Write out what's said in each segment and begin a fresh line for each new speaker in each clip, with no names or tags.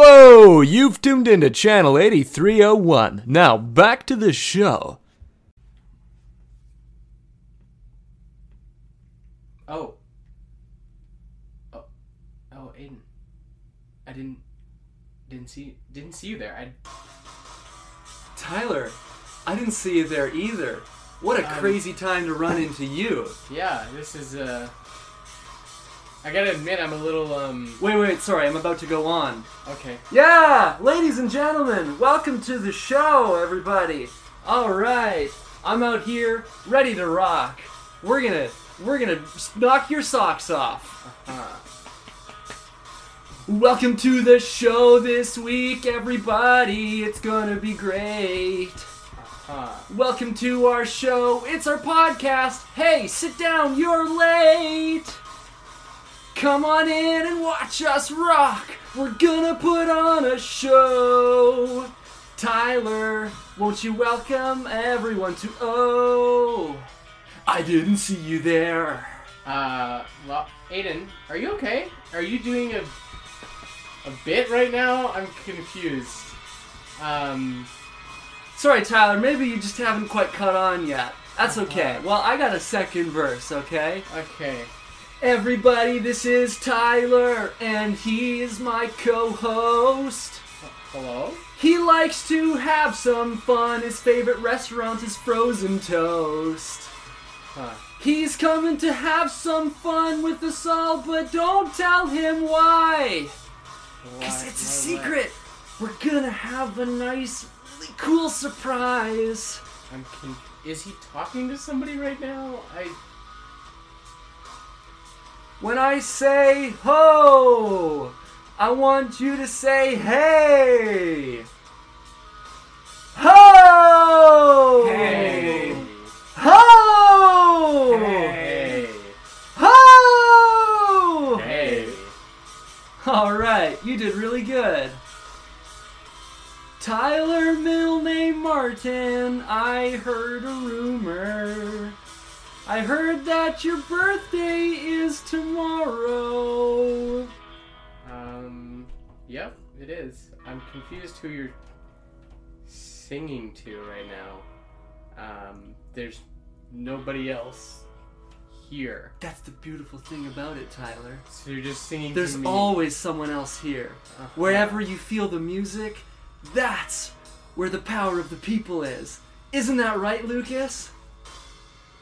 Hello, you've tuned into Channel 8301. Now back to the show.
Oh. Oh. Oh, Aiden. I didn't didn't see didn't see you there. I
Tyler, I didn't see you there either. What a
Um,
crazy time to run into you.
yeah, this is uh I gotta admit I'm a little um
Wait, wait, sorry, I'm about to go on.
okay.
Yeah, ladies and gentlemen, welcome to the show, everybody. All right, I'm out here ready to rock. We're gonna, we're gonna knock your socks off.
Uh,
Welcome to the show this week, everybody. It's gonna be great.
huh.
Welcome to our show. It's our podcast. Hey, sit down, you're late. Come on in and watch us rock. We're gonna put on a show. Tyler, won't you welcome everyone to Oh, I didn't see you there.
Uh lo- Aiden, are you okay? Are you doing a a bit right now? I'm confused. Um
Sorry, Tyler, maybe you just haven't quite caught on yet. That's okay. Well, I got a second verse, okay?
okay.
Everybody, this is Tyler, and he is my co host.
Hello?
He likes to have some fun. His favorite restaurant is frozen toast.
Huh.
He's coming to have some fun with us all, but don't tell him why. Because
Why-
it's a
why- why-
secret. We're gonna have a nice, really cool surprise.
I'm con- is he talking to somebody right now? I
When I say ho, I want you to say hey. Ho! Ho!
Hey.
Ho!
Hey.
All right, you did really good. Tyler, middle name Martin, I heard a rumor. I heard that your birthday is tomorrow.
Um yep, it is. I'm confused who you're singing to right now. Um there's nobody else here.
That's the beautiful thing about it, Tyler.
So you're just singing
There's
to me.
always someone else here.
Uh-huh.
Wherever you feel the music, that's where the power of the people is. Isn't that right, Lucas?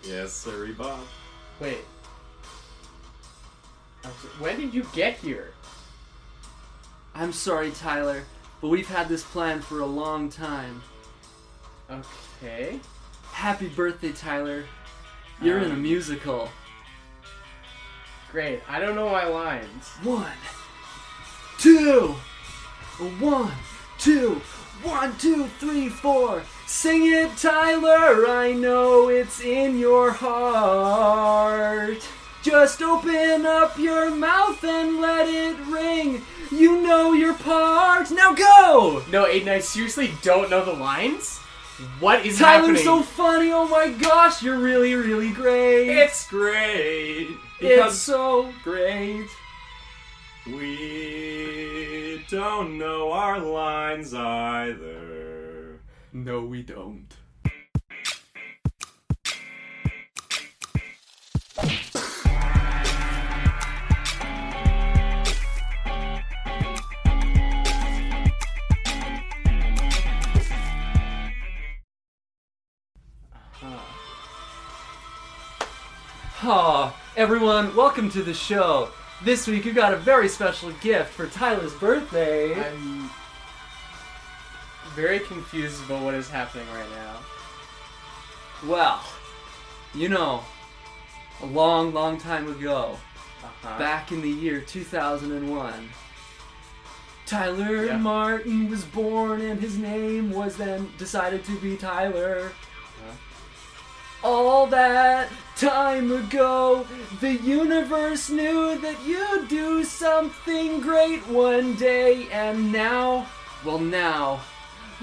Yes, sir, Bob.
Wait. I'm so- when did you get here?
I'm sorry, Tyler, but we've had this plan for a long time.
Okay.
Happy birthday, Tyler. You're in a
Um.
musical.
Great. I don't know my lines.
One, two, one, two, one, two, three, four. Sing it, Tyler. I know it's in your heart. Just open up your mouth and let it ring. You know your part. Now go!
No, Aiden, I seriously don't know the lines. What is
Tyler's
happening?
so funny. Oh my gosh, you're really, really great.
It's great
it's
because
so great.
we don't know our lines either.
No, we don't.
Oh, everyone, welcome to the show. This week you got a very special gift for Tyler's birthday.
I'm very confused about what is happening right now.
Well, you know, a long, long time ago,
Uh-huh.
back in the year 2001, Tyler
Yeah.
Martin was born and his name was then decided to be Tyler. All that time ago, the universe knew that you'd do something great one day, and now, well, now,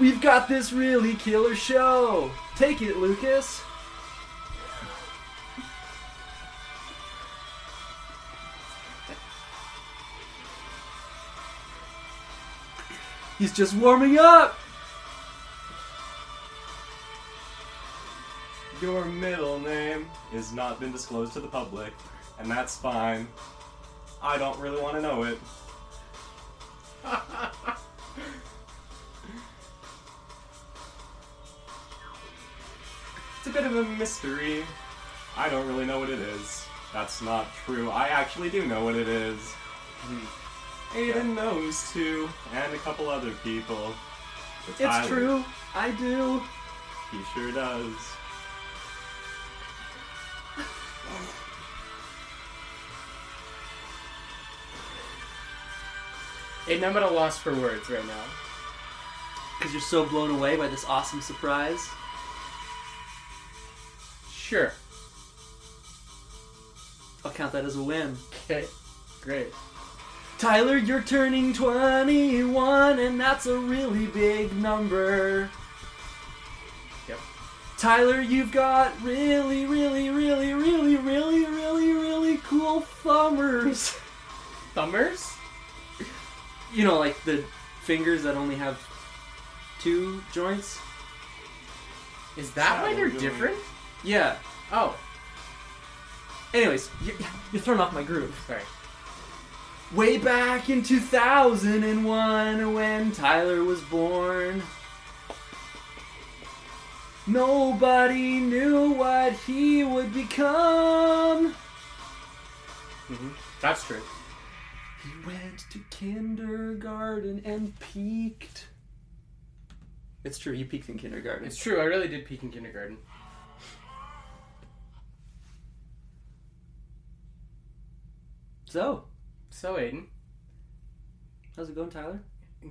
we've got this really killer show. Take it, Lucas. He's just warming up.
Your middle name has not been disclosed to the public, and that's fine. I don't really want to know it. it's a bit of a mystery. I don't really know what it is. That's not true. I actually do know what it is.
Hmm.
Aiden knows too, and a couple other people. But
It's
Tyler,
true. I do.
He sure does.
Aiden, I'm at a loss for words right now.
Because you're so blown away by this awesome surprise.
Sure.
I'll count that as a win.
Okay. Great.
Tyler, you're turning 21, and that's a really big number.
Yep.
Tyler, you've got really, really, really, really, really, really, really cool thumbers.
Thumbers?
You know, like the fingers that only have two joints?
Is that why they're
Probably.
different?
Yeah.
Oh,
Anyways, you're, you're throwing off my groove.
sorry.
Way back in 2001 when Tyler was born. Nobody knew what he would become.
That's true.
He went to kindergarten and peaked. It's true, you peaked in kindergarten.
It's true. I really did peak in kindergarten.
So,
So Aiden,
how's it going, Tyler?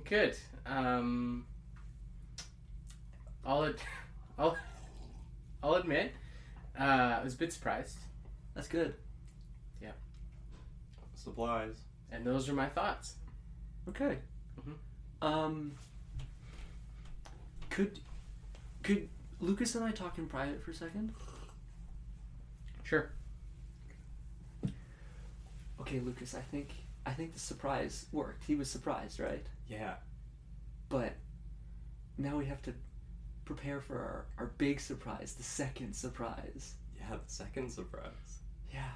good. Um, I'll, ad- I'll, I'll admit, uh, I was a bit surprised,
That's good.
Supplies.
and those are my thoughts.
Okay.
Mhm.
Um, could could Lucas and I talk in private for a second?
Sure.
Okay, Lucas, I think I think the surprise worked. He was surprised, right?
Yeah.
But now we have to prepare for our, our big surprise, the second surprise.
Yeah, the second surprise.
Yeah.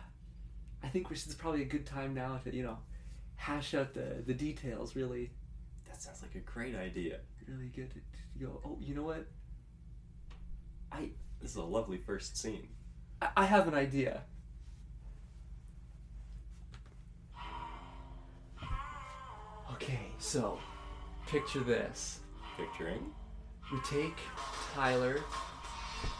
I think we should, it's probably a good time now to, you know, hash out the, the details really
That sounds like a great idea.
really good to go, oh, you know what?
This is a lovely first scene.
I, I have an idea. Okay, so picture this.
Picturing?
We take Tyler,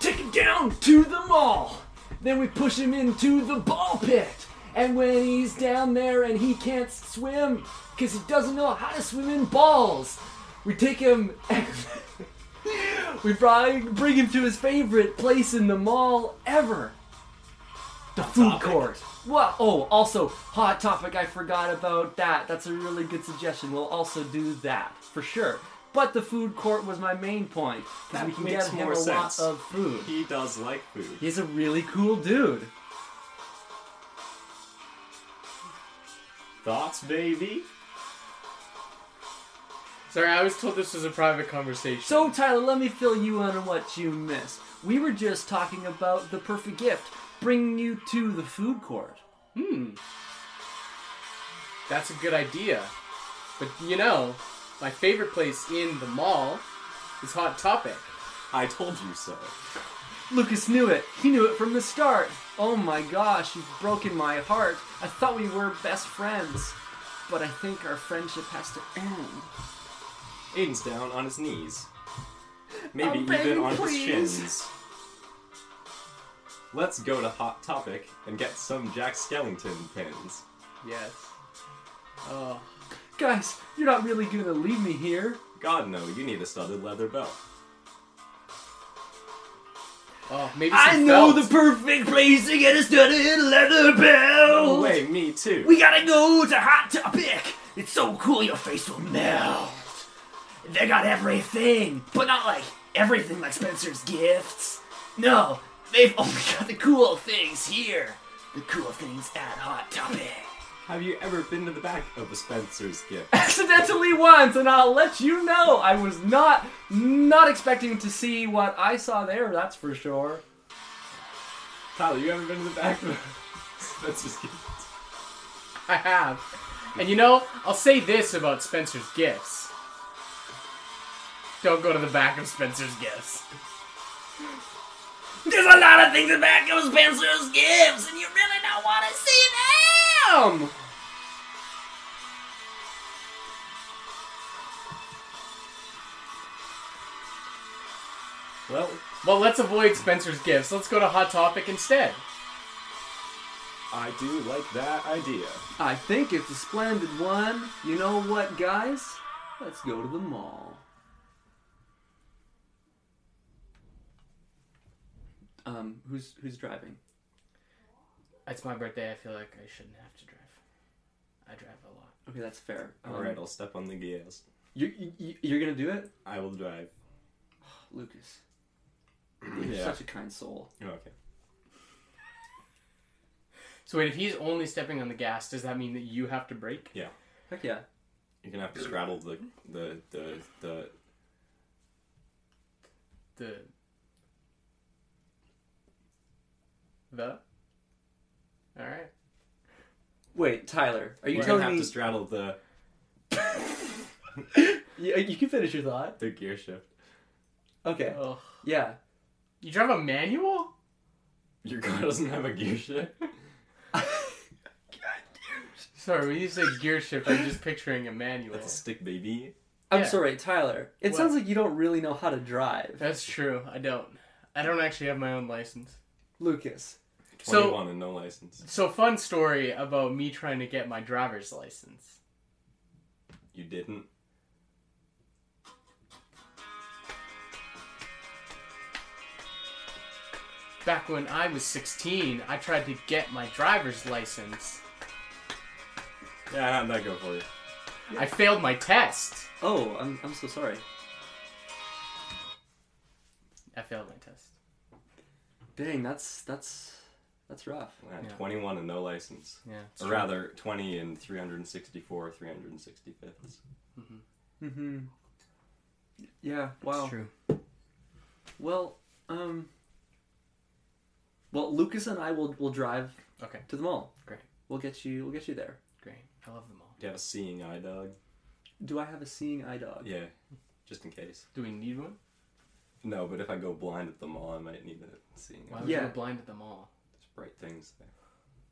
take him down to the mall. Then we push him into the ball pit. And when he's down there and he can't swim because he doesn't know how to swim in balls, we take him. and we probably bring him to his favorite place in the mall ever. The food
Topic.
court. What? Oh, also, hot topic. I forgot about that. That's a really good suggestion. We'll also do that for sure. But the food court was my main point because
That
we can
makes
get him
more
a
sense.
lot of food.
He does like food.
He's a really cool dude.
Thoughts, baby?
Sorry, I was told this was a private conversation.
So, Tyler, let me fill you in on what you missed. We were just talking about the perfect gift bringing you to the food court.
Hmm. That's a good idea. But you know, my favorite place in the mall is Hot Topic.
I told you so.
Lucas knew it. He knew it from the start. Oh my gosh, you've broken my heart. I thought we were best friends. But I think our friendship has to end.
Aiden's down on his knees. Maybe
Oh,
even
baby,
on his
please.
shins. Let's go to Hot Topic and get some Jack Skellington pins.
Yes. Oh.
Guys, you're not really gonna leave me here.
God, no, you need a studded leather belt.
Oh, maybe some
I know
felt.
the perfect place to get a studded leather belt.
Oh, wait, me too.
We gotta go to Hot Topic. It's so cool, your face will melt. They got everything, but not like everything like Spencer's gifts. No, they've only got the cool things here. The cool things at Hot Topic.
Have you ever been to the back of a Spencer's gift?
accidentally once, and I'll let you know. I was not not expecting to see what I saw there. That's for sure.
Tyler, you ever been to the back of a Spencer's gift?
I have. And you know, I'll say this about Spencer's gifts. Don't go to the back of Spencer's gifts. There's a lot of things in back of Spencer's gifts, and you really don't want to see them.
Well,
Well, let's avoid Spencer's gifts. Let's go to Hot Topic instead.
I do like that idea.
I think it's a splendid one. You know what, guys? Let's go to the mall. Um, who's who's driving?
It's my birthday. I feel like I shouldn't have to drive. I drive a lot.
Okay, that's fair. Um,
All right, I'll step on the gas.
You're, you, you're gonna do it,
I will drive.
Lucas. You're
Yeah.
such a kind soul.
Oh, Okay.
So wait, if he's only stepping on the gas, does that mean that you have to brake?
Yeah.
Heck yeah.
You're gonna have to straddle the the the the.
The the. All right.
Wait, Tyler, are you
You're gonna
telling
have
me
to straddle the
you, you can finish your thought?
the gear shift.
Okay.
Ugh.
Yeah.
You drive a manual?
Your car doesn't have a gear shift.
Sorry, when you say gear shift, I'm just picturing a manual.
That's a stick, baby.
I'm
Yeah.
sorry, Tyler. It
What?
sounds like you don't really know how to drive.
That's true. I don't. I don't actually have my own license.
Lucas.
So-
Twenty-one and no license.
So fun story about me trying to get my driver's license.
You didn't.
Back when I was 16, I tried to get my driver's license.
Yeah, how'd that go for you?
I failed my test.
Oh, I'm, I'm so sorry.
I failed my test.
Dang, that's that's that's rough.
Yeah,
Yeah.
Twenty-one and no license.
Yeah. it's
Or
true.
rather, twenty and three hundred and sixty-four, three hundred and sixty-fifths.
Mm-hmm. Yeah. Wow.
It's true.
Well, um. Well, Lucas and I will will drive
Okay.
to the mall.
Great.
We'll get you. We'll get you there.
Great. I love them all.
Do you have a seeing eye dog?
Do I have a seeing eye dog?
Yeah, just in case.
Do we need one?
No, but if I go blind at the mall, I might need a seeing
Why
eye.
would you
Yeah.
go blind at them all?
There's bright things there.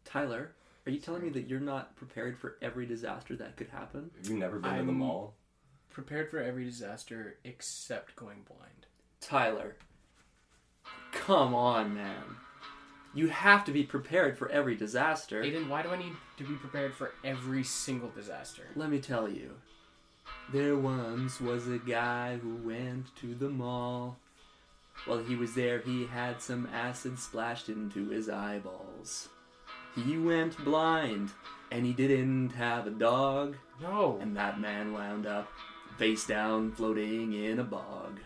Tyler, are you telling me that you're not prepared for every disaster that could happen?
Have you never been to the
I'm-
mall?
Prepared for every disaster except going blind.
Tyler, come on, man. You have to be prepared for every disaster.
Aiden, why do I need to be prepared for every single disaster?
Let me tell you. There once was a guy who went to the mall. While he was there, he had some acid splashed into his eyeballs. He went blind, and he didn't have a dog,
No.
and that man wound up face down floating in a bog.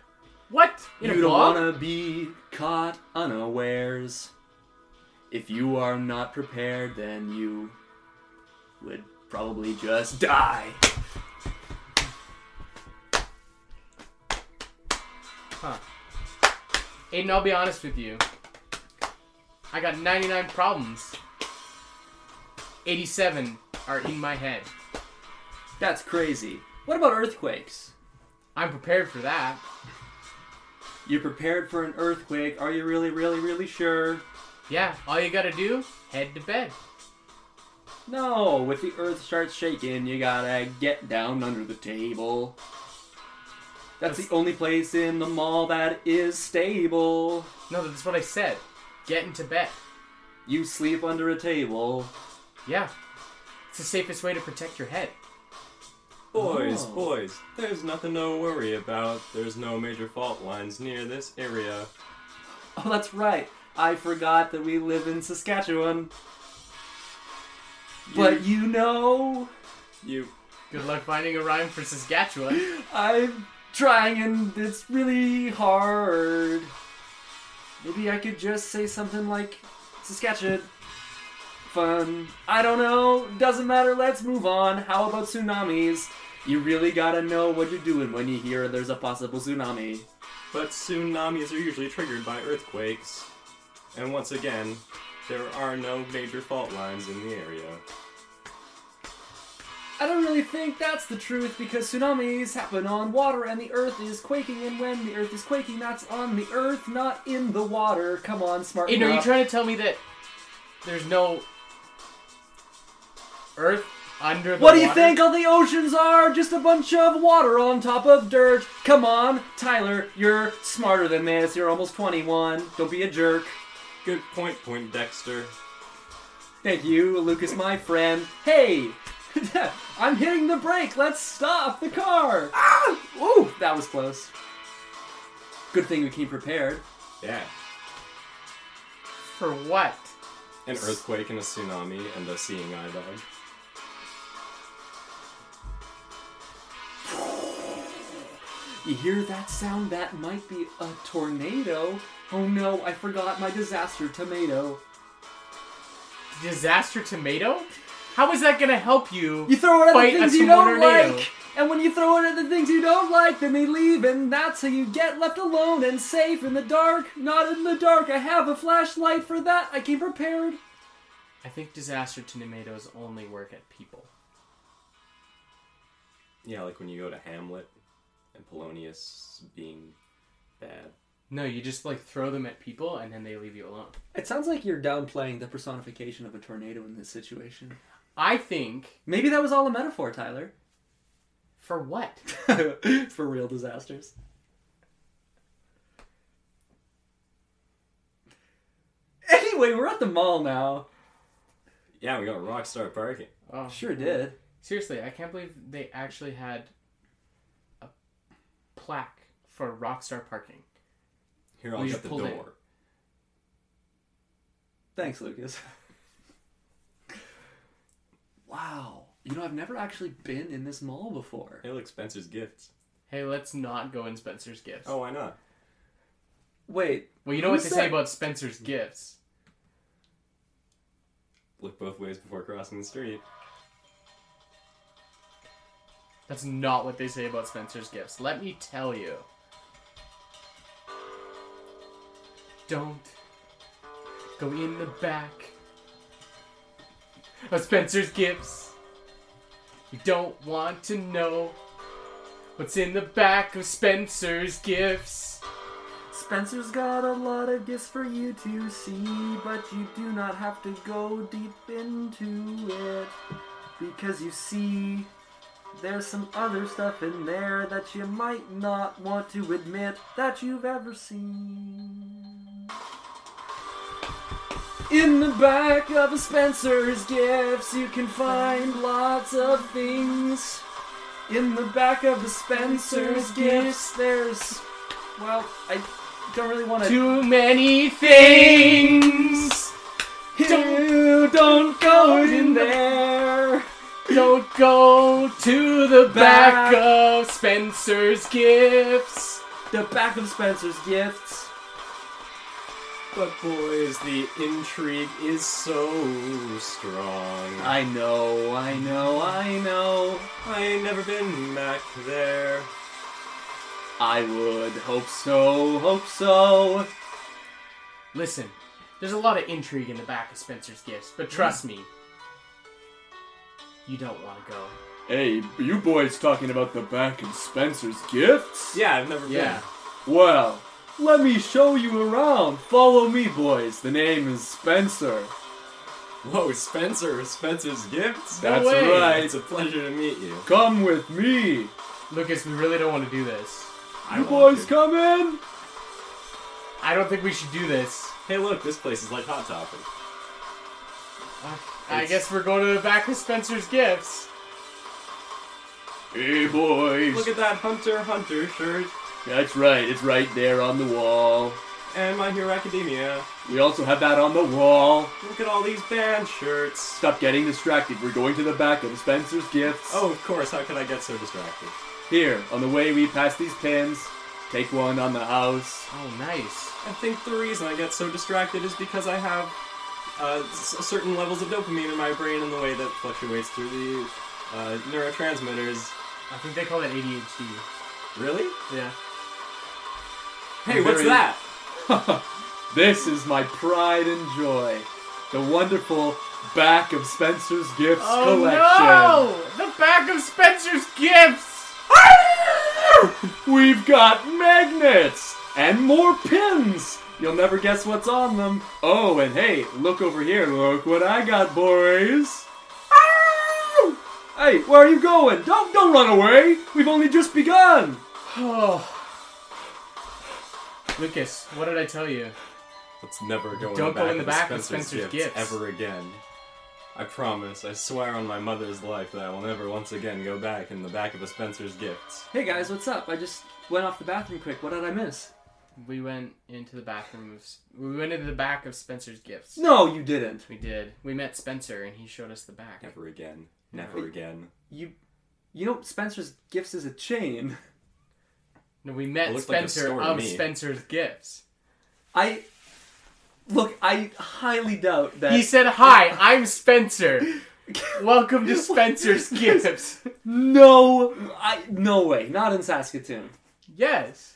What? In
you
a
don't
bog?
want to be caught unawares. If you are not prepared, then you would probably just die.
Huh. Aiden, I'll be honest with you. I got 99 problems. 87 are in my head.
That's crazy. What about earthquakes?
I'm prepared for that.
You're prepared for an earthquake. Are you really, really, really sure?
Yeah, all you gotta do, head to bed.
No, if the earth starts shaking, you gotta get down under the table. That's the only place in the mall that is stable.
No, that's what I said. Get into bed.
You sleep under a table.
Yeah. It's the safest way to protect your head.
Boys,
Oh.
boys, there's nothing to worry about. There's no major fault lines near this area.
Oh, that's right. I forgot that we live in Saskatchewan. But you know,
You
Good luck finding a rhyme for Saskatchewan.
I'm trying and it's really hard. Maybe I could just say something like Saskatchewan. fun. I don't know, doesn't matter, let's move on. How about tsunamis? You really gotta know what you're doing when you hear there's a possible tsunami.
But tsunamis are usually triggered by earthquakes. And once again, there are no major fault lines in the area.
I don't really think that's the truth because tsunamis happen on water and the earth is quaking, and when the earth is quaking, that's on the earth, not in the water. Come on, smart
Aiden, are you
enough.
trying to tell me that there's no Earth under the
What do you
water?
think all the oceans are? Just a bunch of water on top of dirt. Come on, Tyler, you're smarter than this. You're almost 21. Don't be a jerk.
Good point, Point Dexter.
Thank you, Lucas, my friend. Hey! I'm hitting the brake. Let's stop the car. Ah! Ooh, that was close. Good thing we came prepared.
Yeah.
For what?
An earthquake and a tsunami and a seeing eye dog.
You hear that sound? That might be a tornado. Oh no, I forgot my disaster tomato.
Disaster tomato? How is that gonna help you?
You throw it at
Fight
the things
a
you don't
tornado.
like, and when you throw it at the things you don't like, then they leave, and that's how you get left alone and safe in the dark. Not in the dark. I have a flashlight for that. I came prepared.
I think disaster tomatoes only work at people.
Yeah, like when you go to Hamlet and Polonius being bad.
No, you just like throw them at people and then they leave you alone.
It sounds like you're downplaying the personification of a tornado in this situation.
I think
Maybe that was all a metaphor, Tyler,
for what?
for real disasters. Anyway, we're at the mall now.
Yeah, we got Rockstar Parking.
Oh,
Sure did.
Seriously, I can't believe they actually had a plaque for Rockstar parking.
Here, I'll
We
get
just
the
pulled
door.
in.
Thanks, Lucas. wow. You know, I've never actually been in this mall before.
Hey, look, Spencer's gifts.
Hey, let's not go in Spencer's gifts.
Oh, why not?
Wait,
Well, you know
Who
what they
said-
say about Spencer's gifts.
Look both ways before crossing the street.
That's not what they say about Spencer's gifts. Let me tell you. Don't go in the back of Spencer's gifts. You don't want to know what's in the back of Spencer's gifts.
Spencer's got a lot of gifts for you to see, but you do not have to go deep into it. Because you see, there's some other stuff in there that you might not want to admit that you've ever seen. In the back of a Spencer's gifts, you can find lots of things. In the back of a Spencer's gifts, there's. Well, I don't really want to.
Too many things.
You don't go in there.
Don't go to the back of Spencer's gifts.
The back of Spencer's gifts.
But boys, the intrigue is so strong.
I know, I know, I know.
I ain't never been back there.
I would hope so, hope so.
Listen, there's a lot of intrigue in the back of Spencer's gifts, but trust me, you don't want to go.
Hey, you boys talking about the back of Spencer's gifts?
Yeah, I've never
Yeah.
Well, let me show you around. Follow me, boys. The name is Spencer.
been. Whoa, Spencer, Spencer's gifts?
That's
way.
right.
It's a pleasure to meet you.
Come with me.
Lucas, we really don't want to do this.
I
You
want
boys
to.
come in.
I don't think we should do this.
Hey, look, this place is like Hot Topic.
I- I guess we're going to the back of Spencer's gifts.
Hey, boys.
Look at that Hunter Hunter shirt
That's right. It's right there on the wall.
and My Hero Academia.
We also have that on the wall.
Look at all these band shirts.
Stop getting distracted. We're going to the back of Spencer's gifts.
Oh, of course, how could I get so distracted?
Here, on the way we pass these pins, take one on the house.
Oh, nice.
I think the reason I get so distracted is because I have uh, s- certain levels of dopamine in my brain and the way that fluctuates through the uh, neurotransmitters.
I think they call that ADHD.
Really?
Yeah.
Hey, what's
Very-
that?
This is my pride and joy. The wonderful back of Spencer's Gifts collection.
Oh no! The back of Spencer's gifts.
We've got magnets and more pins. You'll never guess what's on them. Oh, and hey, look over here. Look what I got, boys. Ow! Hey, where are you going? Don't don't run away. We've only just begun.
Oh. Lucas, what did I tell you?
Let's never go
Don't go in
in
the
the
back
back,
with
of Spencer's,
Spencer's
gifts,
gifts.
ever again. I promise. I swear on my mother's life that I will never once again go back in the back of a Spencer's gifts.
Hey guys, what's up? I just went off the bathroom quick. What did I miss?
We went into the bathroom. Of, S- we went into the back of Spencer's gifts.
No, you didn't.
We did. We met Spencer, and he showed us the back.
Never again. Never again.
You you know Spencer's Gifts is a chain.
No, we met
It looked like a
Spencer
store to
of
me.
Spencer's gifts.
I look. I highly doubt that.
He said, "Hi, I'm Spencer. Welcome to Spencer's gifts."
no. I no way. Not in Saskatoon.
Yes.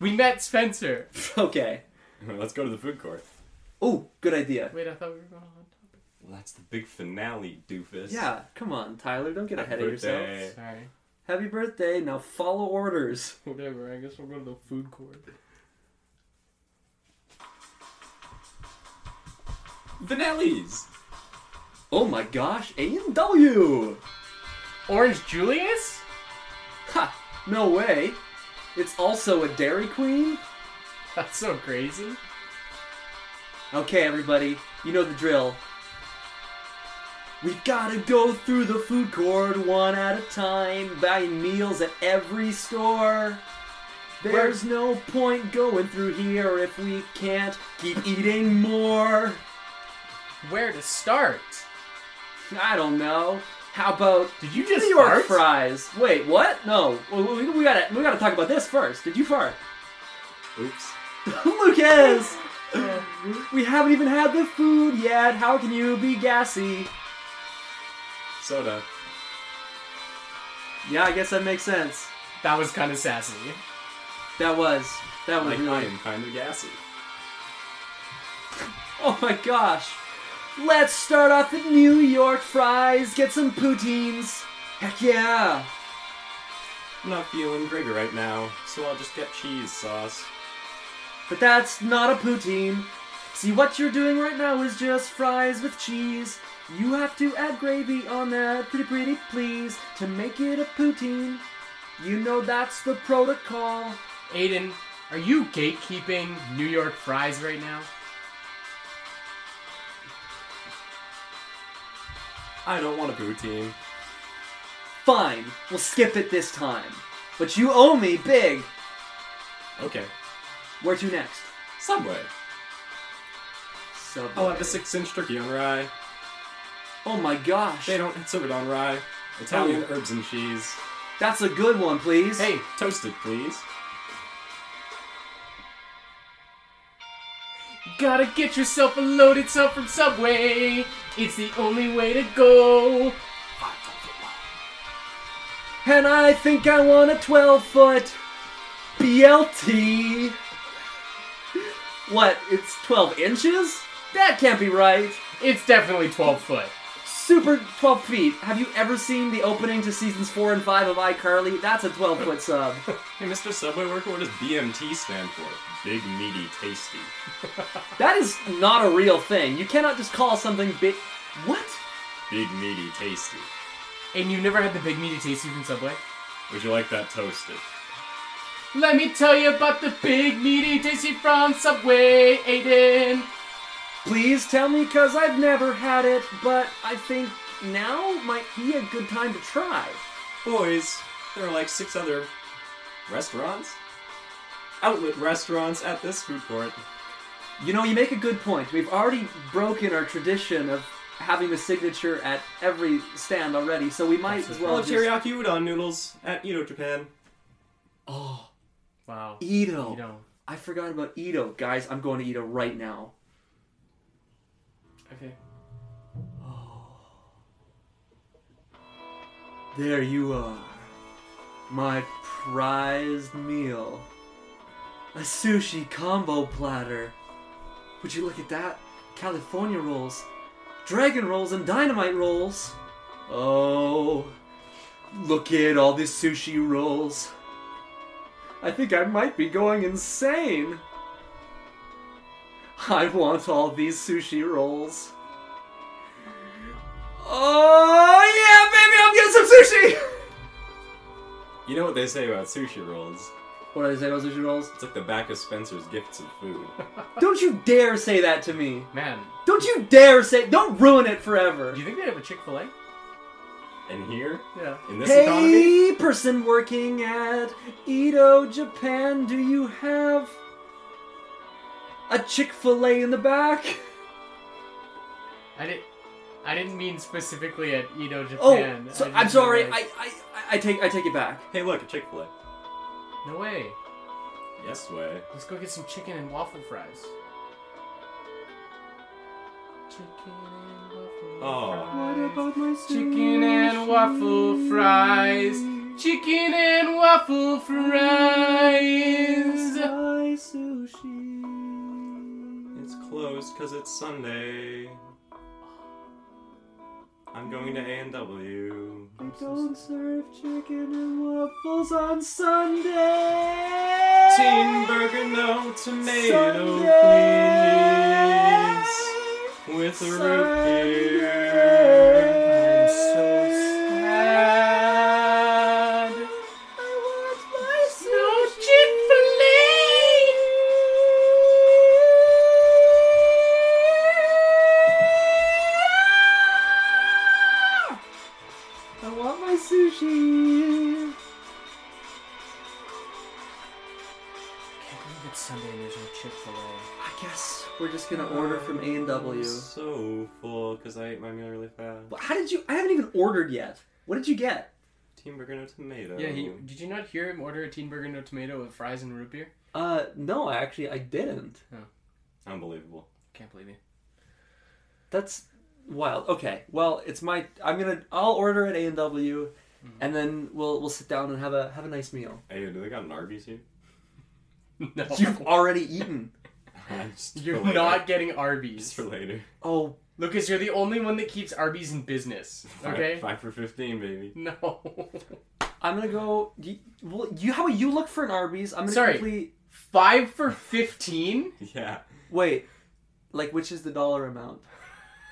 We met Spencer.
Okay.
Let's go to the food court.
Oh, good idea.
Wait, I thought we were going on
Well, that's the big finale, doofus.
Yeah, come on, Tyler. Don't get
Happy
ahead of
birthday.
yourself.
topic. Sorry.
Happy birthday. Now follow orders.
Whatever. I guess we'll go to the food court.
Vanellis!
Oh my gosh, A and W.
Orange Julius?
Ha! No way. It's also a Dairy Queen.
That's so crazy.
Okay, everybody, you know the drill. We gotta go through the food court one at a time, buying meals at every store. There's no point going through here if we can't keep eating more.
Where to start?
I don't know. How about
Did you
New
just
York
fart?
fries? Wait, what? No, we, we- we gotta we gotta talk about this first. Did you fart,
Oops.
Lucas? we haven't even had the food yet. How can you be gassy?
Soda.
Yeah, I guess that makes sense.
That was kind of sassy.
That was that was
Like, I
really.
am kind of gassy.
Oh my gosh! Let's start off with New York fries. Get some poutines. Heck yeah!
I'm not feeling great right now, so I'll just get cheese sauce.
But that's not a poutine. See what you're doing right now is just fries with cheese. You have to add gravy on that, pretty pretty please, to make it a poutine. You know that's the protocol.
Aiden, are you gatekeeping New York fries right now?
I don't want a poutine.
Fine, we'll skip it this time. But you owe me big.
Okay.
Where to next?
Subway.
Subway.
I'll have Oh, a six inch turkey on rye.
Oh my gosh.
They don't serve it on rye. Italian
Oh.
herbs and cheese.
That's a good one, please.
Hey,
Toasted, please.
gotta get yourself a loaded sub from Subway. It's the only way to go.
And I think I want a 12 foot BLT. What? It's 12 inches? That can't be right.
It's definitely 12 foot.
Super 12 feet. Have you ever seen the opening to seasons 4 and 5 of iCarly? That's a 12 foot sub.
Hey, Mr. Subway worker, what does BMT stand for? Big, meaty, tasty.
That is not a real thing. You cannot just call something big. What?
Big, meaty, tasty.
And you never had the big meaty tasty from Subway?
Would you like that toasted?
Let me tell you about the big meaty tasty from Subway, Aiden.
Please tell me, because I've never had it, but I think now might be a good time to try.
Boys, there are like six other restaurants? Outlet restaurants at this food court.
You know, you make a good point. We've already broken our tradition of having the signature at every stand already, so we might as well
Well,
just
teriyaki udon noodles at Edo Japan.
Oh,
Wow.
Edo.
You know,
I forgot about Edo, guys. I'm going to Edo right now.
Okay.
Oh. There you are. My prized meal. A sushi combo platter. Would you look at that? California rolls, dragon rolls, and dynamite rolls. Oh, look at all these sushi rolls. I think I might be going insane. I want all these sushi rolls. Oh yeah, baby, I'm getting some sushi.
You know what they say about sushi rolls?
What did I say about sushi rolls?
It's like the back of Spencer's gifts of food.
Don't you dare say that to me.
Man,
Don't you dare say. Don't ruin it forever.
do you think they have a Chick Fil A?
And here,
Yeah.
in this economy,
Hey, person working at Edo, Japan, do you have a Chick Fil A in the back?
I did. I didn't mean specifically at Edo,
Oh,
Japan.
so,
I just
I'm sorry. I,
realized-
I I take I take it back.
hey, look, a Chick fil A.
No way.
Yes, way.
Let's go get some chicken and waffle fries. Chicken and waffle
Oh.
What
fries.
about my
Chicken and waffle fries. Chicken and waffle fries.
My sushi.
It's closed because it's Sunday. I'm going to A&W.
They don't serve chicken and waffles on Sunday.
Teen burger, no tomato,
Sunday.
please. With a root
Sunday.
beer.
I'm so
I
sad.
want my
No
sushi.
Chick Fil
I want my sushi.
A. Can't believe it's Sunday and there's no Chick Fil A.
I guess we're just gonna order from A and W.
I'm so full because I ate my meal really fast.
How did you? I haven't even ordered yet. What did you get?
Teen burger, no tomato.
Yeah, he, did you not hear him order a teen burger, no tomato, with fries and root beer?
Uh, no, I actually I didn't.
Unbelievable.
Can't believe you.
That's wild. Okay, well, it's my. I'm gonna. I'll order at A and W, and then we'll we'll sit down and have a have a nice meal.
Hey, do they got an Arby's here?
No.
You've already eaten.
Just for
You're
later.
not getting
Just
Arby's.
for later.
Oh,
Lucas, you're the only one that keeps Arby's in business.
Five-
Okay?
Five for 15, baby.
No.
I'm gonna go. You, well, you how about you look for an Arby's? I'm gonna
Sorry.
quickly
Five for 15?
Yeah.
wait. Like, which is the dollar amount?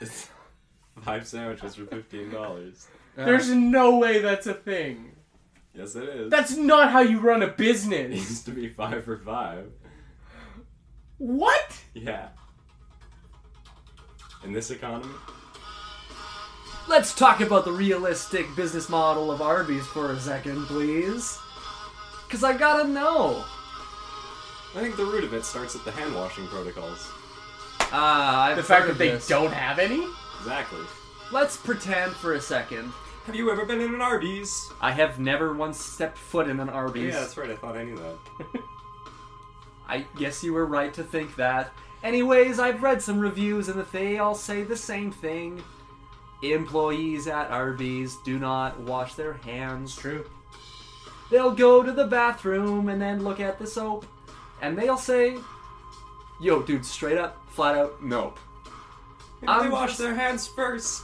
It's five sandwiches for $15.
There's no way that's a thing.
Yes, it is.
That's not how you run a
It
business.
used to be five for five.
What?
Yeah. In this economy?
Let's talk about the realistic business model of Arby's for a second, please. Cause I gotta know.
I think the root of it starts at the hand washing protocols.
Ah, I've
The fact
heard
that they
this.
don't have any?
Exactly.
Let's pretend for a second.
Have you ever been in an Arby's?
I have never once stepped foot in an Arby's.
Yeah, that's right. I thought I knew that.
I guess you were right to think that. Anyways, I've read some reviews and they all say the same thing. Employees at Arby's do not wash their hands.
True.
They'll go to the bathroom and then look at the soap, and they'll say, Yo, dude, straight up, flat out, nope.
Maybe they
I'm
wash
just-
their hands first.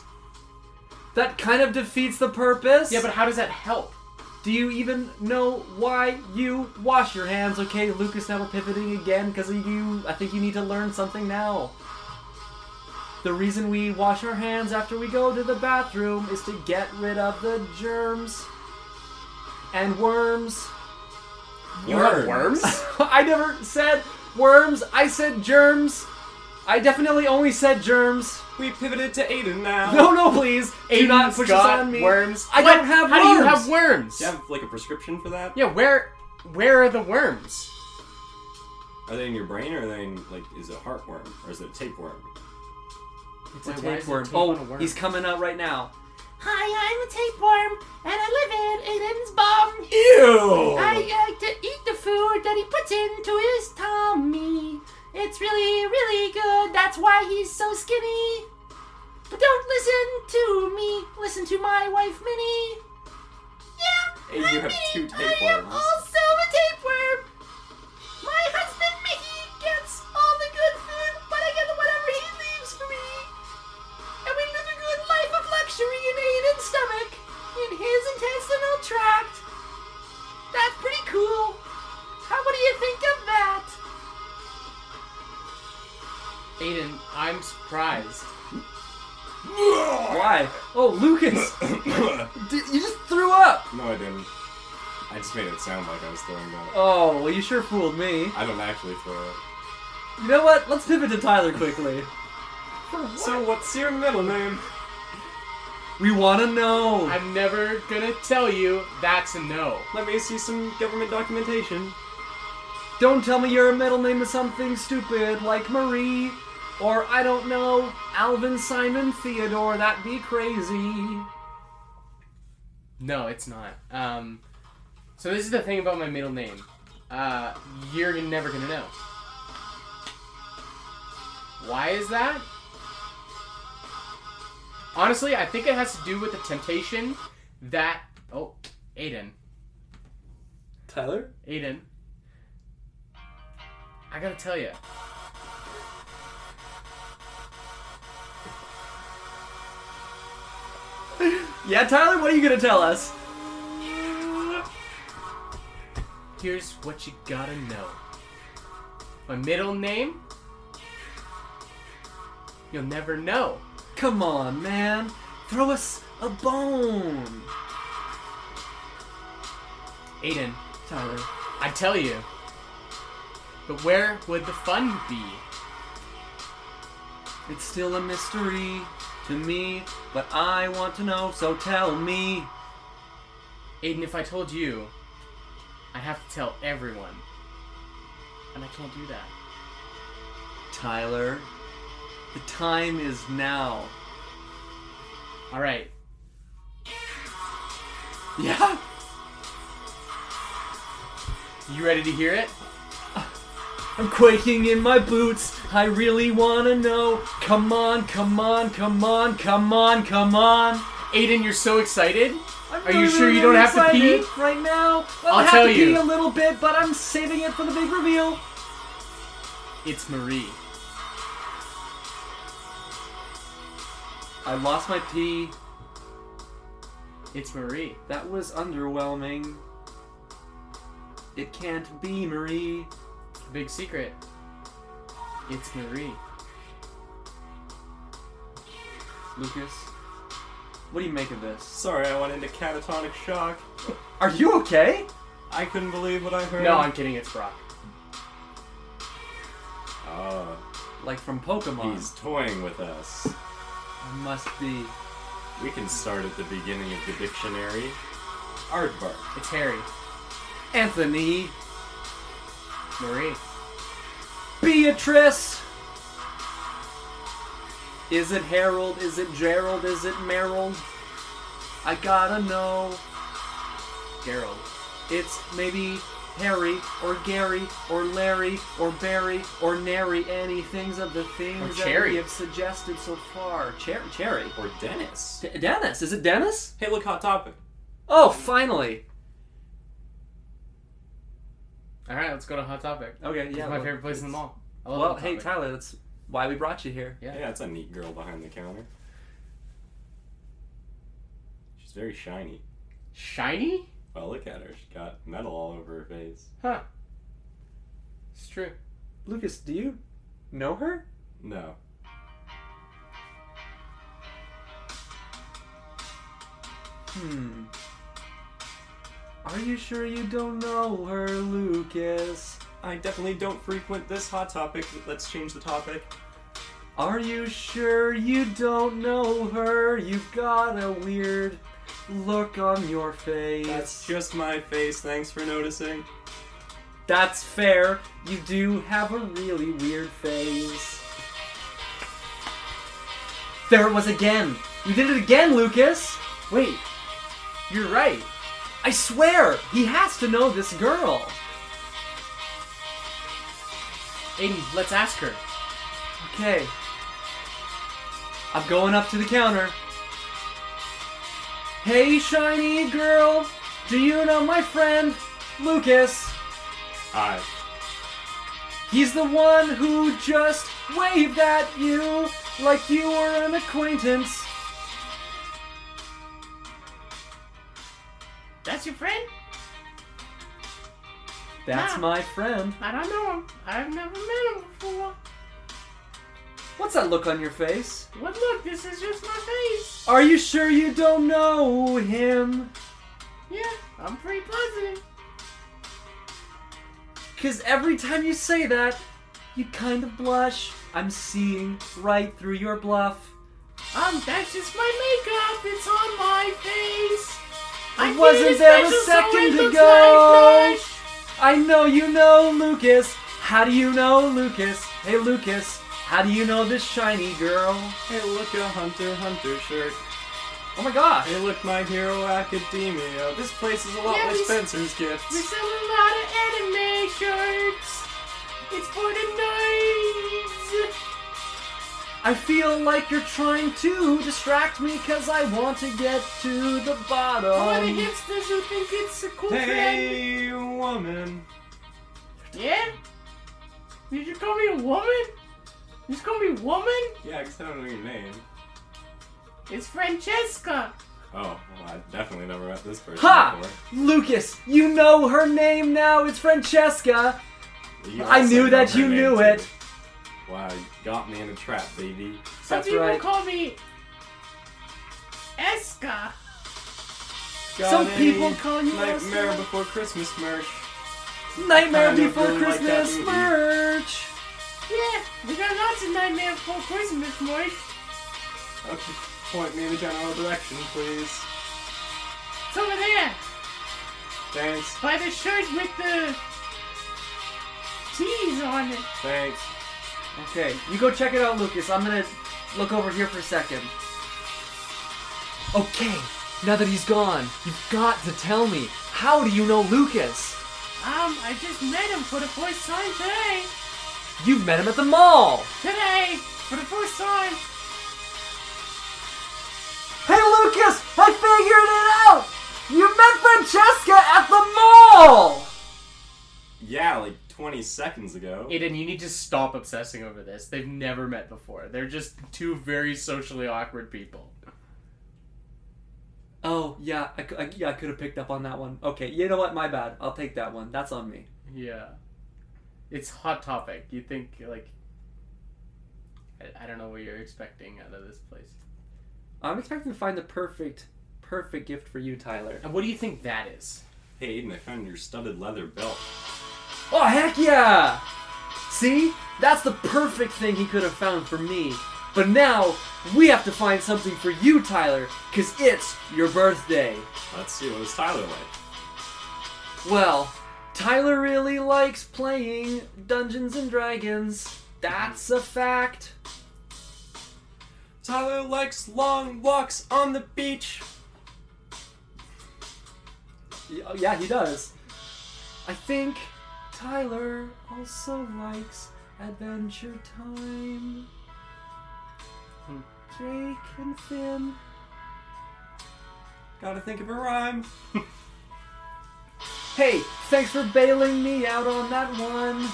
That kind of defeats the purpose.
Yeah, but how does that help?
Do you even know why you wash your hands? Okay, Lucas, now we're pivoting again because you. I think you need to learn something now. The reason we wash our hands after we go to the bathroom is to get rid of the germs and worms.
You have worms?
I never said worms. I said germs. I definitely only said germs.
We pivoted to Aiden now.
No, no, please. Do not
Aiden's
push this
got
on me.
Worms.
I
What?
don't have
How do you
worms.
have worms?
Do you have like a prescription for that?
Yeah, where where are the worms?
Are they in your brain or are they in like is it heartworm or is it a tapeworm?
It's
Wait, why is it tape
Oh,
on a worm?
he's coming up right now.
Hi, I'm a tapeworm, and I live in Aiden's bum.
Oh.
Ew!
I like to eat the food that he puts into his tummy. It's really, really good. That's why he's so skinny. But don't listen to me. Listen to my wife, Minnie.
Hey,
Yeah, I'm
you have
Minnie.
two
I am
tapeworms.
also a tapeworm. My husband Mickey gets all the good food, but I get whatever he leaves for me. And we live a good life of luxury in Aiden's stomach, in his intestinal tract. That's pretty cool. How what do you think of that?
Aiden, I'm surprised.
Why? Oh, Lucas!
D- you just threw up.
no, I didn't. I just made it sound like I was throwing up.
Oh, well, you sure fooled me.
I don't actually throw up.
You know what? Let's pivot to Tyler quickly.
So what's your middle name?
We want to know.
I'm never gonna tell you that's a no.
Let me see some government documentation.
Don't tell me your middle name is something stupid like Marie, or I don't know, Alvin Simon Theodore. That'd be crazy.
No, it's not. Um, so this is the thing about my middle name. Uh, you're never gonna know. Why is that? Honestly, I think it has to do with the temptation that oh, Aiden,
Tyler?
Aiden. I gotta tell you.
Yeah, Tyler, what are you gonna tell us?
Here's what you gotta know. My middle name? You'll never know.
Come on, man. Throw us a bone.
Aiden,
Tyler.
I tell you. But where would the fun be?
It's still a mystery to me, but I want to know, so tell me.
Aiden, if I told you, I'd have to tell everyone. And I can't do that.
Tyler, the time is now.
Alright,
Yeah?
you ready to hear it?
I'm quaking in my boots. I really wanna know. Come on, come on, come on, come on, come on.
Aiden, you're so excited?
I'm
Are you
really,
sure
really
you don't have to
excited
pee?
Right now, well,
I'll
I have
tell
to
you.
pee a little bit, but I'm saving it for the big reveal.
It's Marie.
I lost my pee.
It's Marie.
That was underwhelming. It can't be Marie.
The big secret. It's Marie.
Lucas, what do you make of this?
Sorry, I went into catatonic shock.
Are you okay?
I couldn't believe what I heard.
No, I'm kidding, it's Brock.
Oh,
Like from Pokemon.
he's toying with us.
I must be.
We can start at the beginning of the dictionary. Aardvark.
It's Harry.
Anthony.
Marie.
Beatrice! Is it Harold? Is it Gerald? Is it Merrill? I gotta know.
Gerald.
It's maybe Harry or Gary or Larry or Barry or Nary. Any things of the things that
Cherry.
we have suggested so far. Cher- Cherry.
Or Dennis.
D- Dennis. Is it Dennis?
Hey, look, hot topic.
Oh, finally.
Alright, let's go to Hot Topic.
Okay,
It's
yeah.
my
well,
favorite place in the mall. I love
Well,
Hot
hey,
Topic.
Tyler, that's why we brought you here.
Yeah, it's a neat girl behind the counter. She's very shiny.
Shiny?
Well, look at her. She's got metal all over her face.
Huh. It's true.
Lucas, do you know her?
No.
Hmm. Are you sure you don't know her, Lucas?
I definitely don't frequent this hot topic. Let's change the topic.
Are you sure you don't know her? You've got a weird look on your face.
That's just my face. Thanks for noticing.
That's fair. You do have a really weird face. There it was again. You did it again, Lucas.
Wait. You're right.
I swear, he has to know this girl.
Aiden, let's ask her.
Okay. I'm going up to the counter. Hey, shiny girl, do you know my friend Lucas?
I.
He's the one who just waved at you like you were an acquaintance.
That's your friend?
That's
Ah.
my friend.
I don't know him. I've never met him before.
What's that look on your face?
What look? This is just my face.
Are you sure you don't know him?
Yeah, I'm pretty positive.
Because every time you say that, you kind of blush. I'm seeing right through your bluff.
Um, that's just my makeup. It's on my face. I
It wasn't
made it
there a
special so
second
it looks
ago.
like blush.
I know you know Lucas. How do you know Lucas? Hey, Lucas, how do you know this shiny girl?
Hey, look a Hunter Hunter shirt.
Oh my gosh.
Hey, look my Hero Academia. This place is a lot
Yeah,
like
we s-
Spencer's
We
Gifts.
sell a lot of anime shirts. It's for the nerds.
I feel like you're trying to distract me because I want to get to
for
the
the
bottom.
hipsters who think it's a cool trend.
Hey, woman.
Yeah? Did you call me a woman? You just call me woman?
Yeah, because I don't know your name.
It's Francesca.
Oh, well, I definitely never met this person
Ha!
before.
Lucas, you know her name now. It's Francesca.
You
I
also
knew
know
that
her
you
name,
knew
too.
it.
Wow, you got me in a trap, baby.
Some
That's
people
right.
call me Esca.
Got
Some
any
people call you
Nightmare
Oscar.
Before Christmas merch.
Nightmare
Kind of
Before
really like that
Christmas
movie.
merch.
Yeah, we got lots of Nightmare Before Christmas, Mike.
Okay, point me in the general direction, please.
It's over there.
Thanks,
By the shirt with the T's on it.
thanks.
Okay, you go check it out, Lucas. I'm gonna look over here for a second.
Okay, now that he's gone, you've got to tell me. How do you know Lucas?
Um, I just met him for the first time today.
You've met him at the mall.
Today, for the first time.
Hey, Lucas, I figured it out. You met Francesca at the mall.
Yeah, like 20 seconds ago.
Aiden, you need to stop obsessing over this. They've never met before. They're just two very socially awkward people.
Oh yeah, I, cou- I- yeah, I could have picked up on that one. Okay, you know what? My bad. I'll take that one. That's on me.
Yeah. It's hot topic. You think like I, I don't know what you're expecting out of this place.
I'm expecting to find the perfect, perfect gift for you, Tyler.
And what do you think that is?
Hey, Aiden, I found your studded leather belt.
Oh heck yeah! See, that's the perfect thing he could have found for me. But now we have to find something for you, Tyler, because it's your birthday.
Let's see what was Tyler like.
Well, Tyler really likes playing Dungeons and Dragons. That's a fact.
Tyler likes long walks on the beach.
Y- oh, Yeah, he does. I think Tyler also likes Adventure Time.
Hmm.
Jake and Finn.
Gotta think of a rhyme.
Hey, thanks for bailing me out on that one.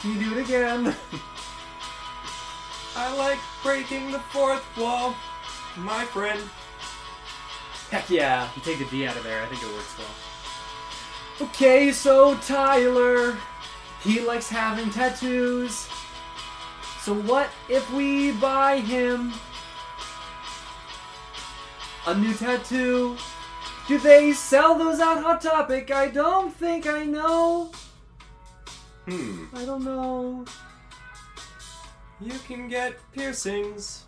Can you do it again?
I like breaking the fourth wall. My friend.
Heck yeah.
You take the D out of there. I think it works well.
Okay, so Tyler, he likes having tattoos. So what if we buy him a new tattoo? Do they sell those at Hot Topic? I don't think I know.
Hmm.
I don't know.
You can get piercings.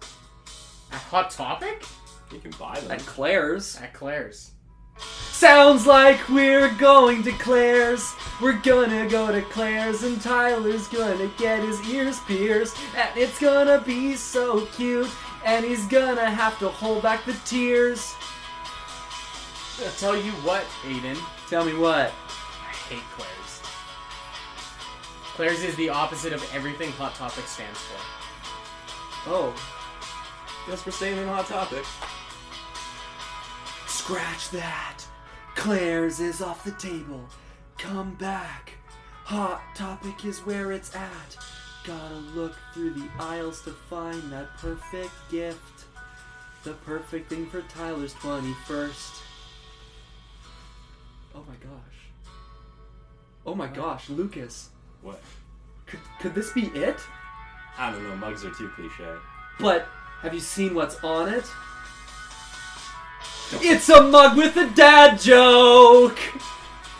A hot topic?
You can buy them.
At Claire's.
At Claire's.
Sounds like we're going to Claire's. We're gonna go to Claire's, and Tyler's gonna get his ears pierced. And it's gonna be so cute, and he's gonna have to hold back the tears.
I'll tell you what, Aiden.
Tell me what?
I hate Claire's. Claire's is the opposite of everything Hot Topic stands for.
Oh.
Guess we're staying in Hot Topic.
Scratch that. Claire's is off the table. Come back. Hot topic is where it's at. Gotta look through the aisles to find that perfect gift. The perfect thing for Tyler's 21st. Oh my gosh. Oh my gosh, Lucas.
What?
Could, could this be it?
I don't know, mugs are too cliche.
But have you seen what's on it? It's a mug with a dad joke!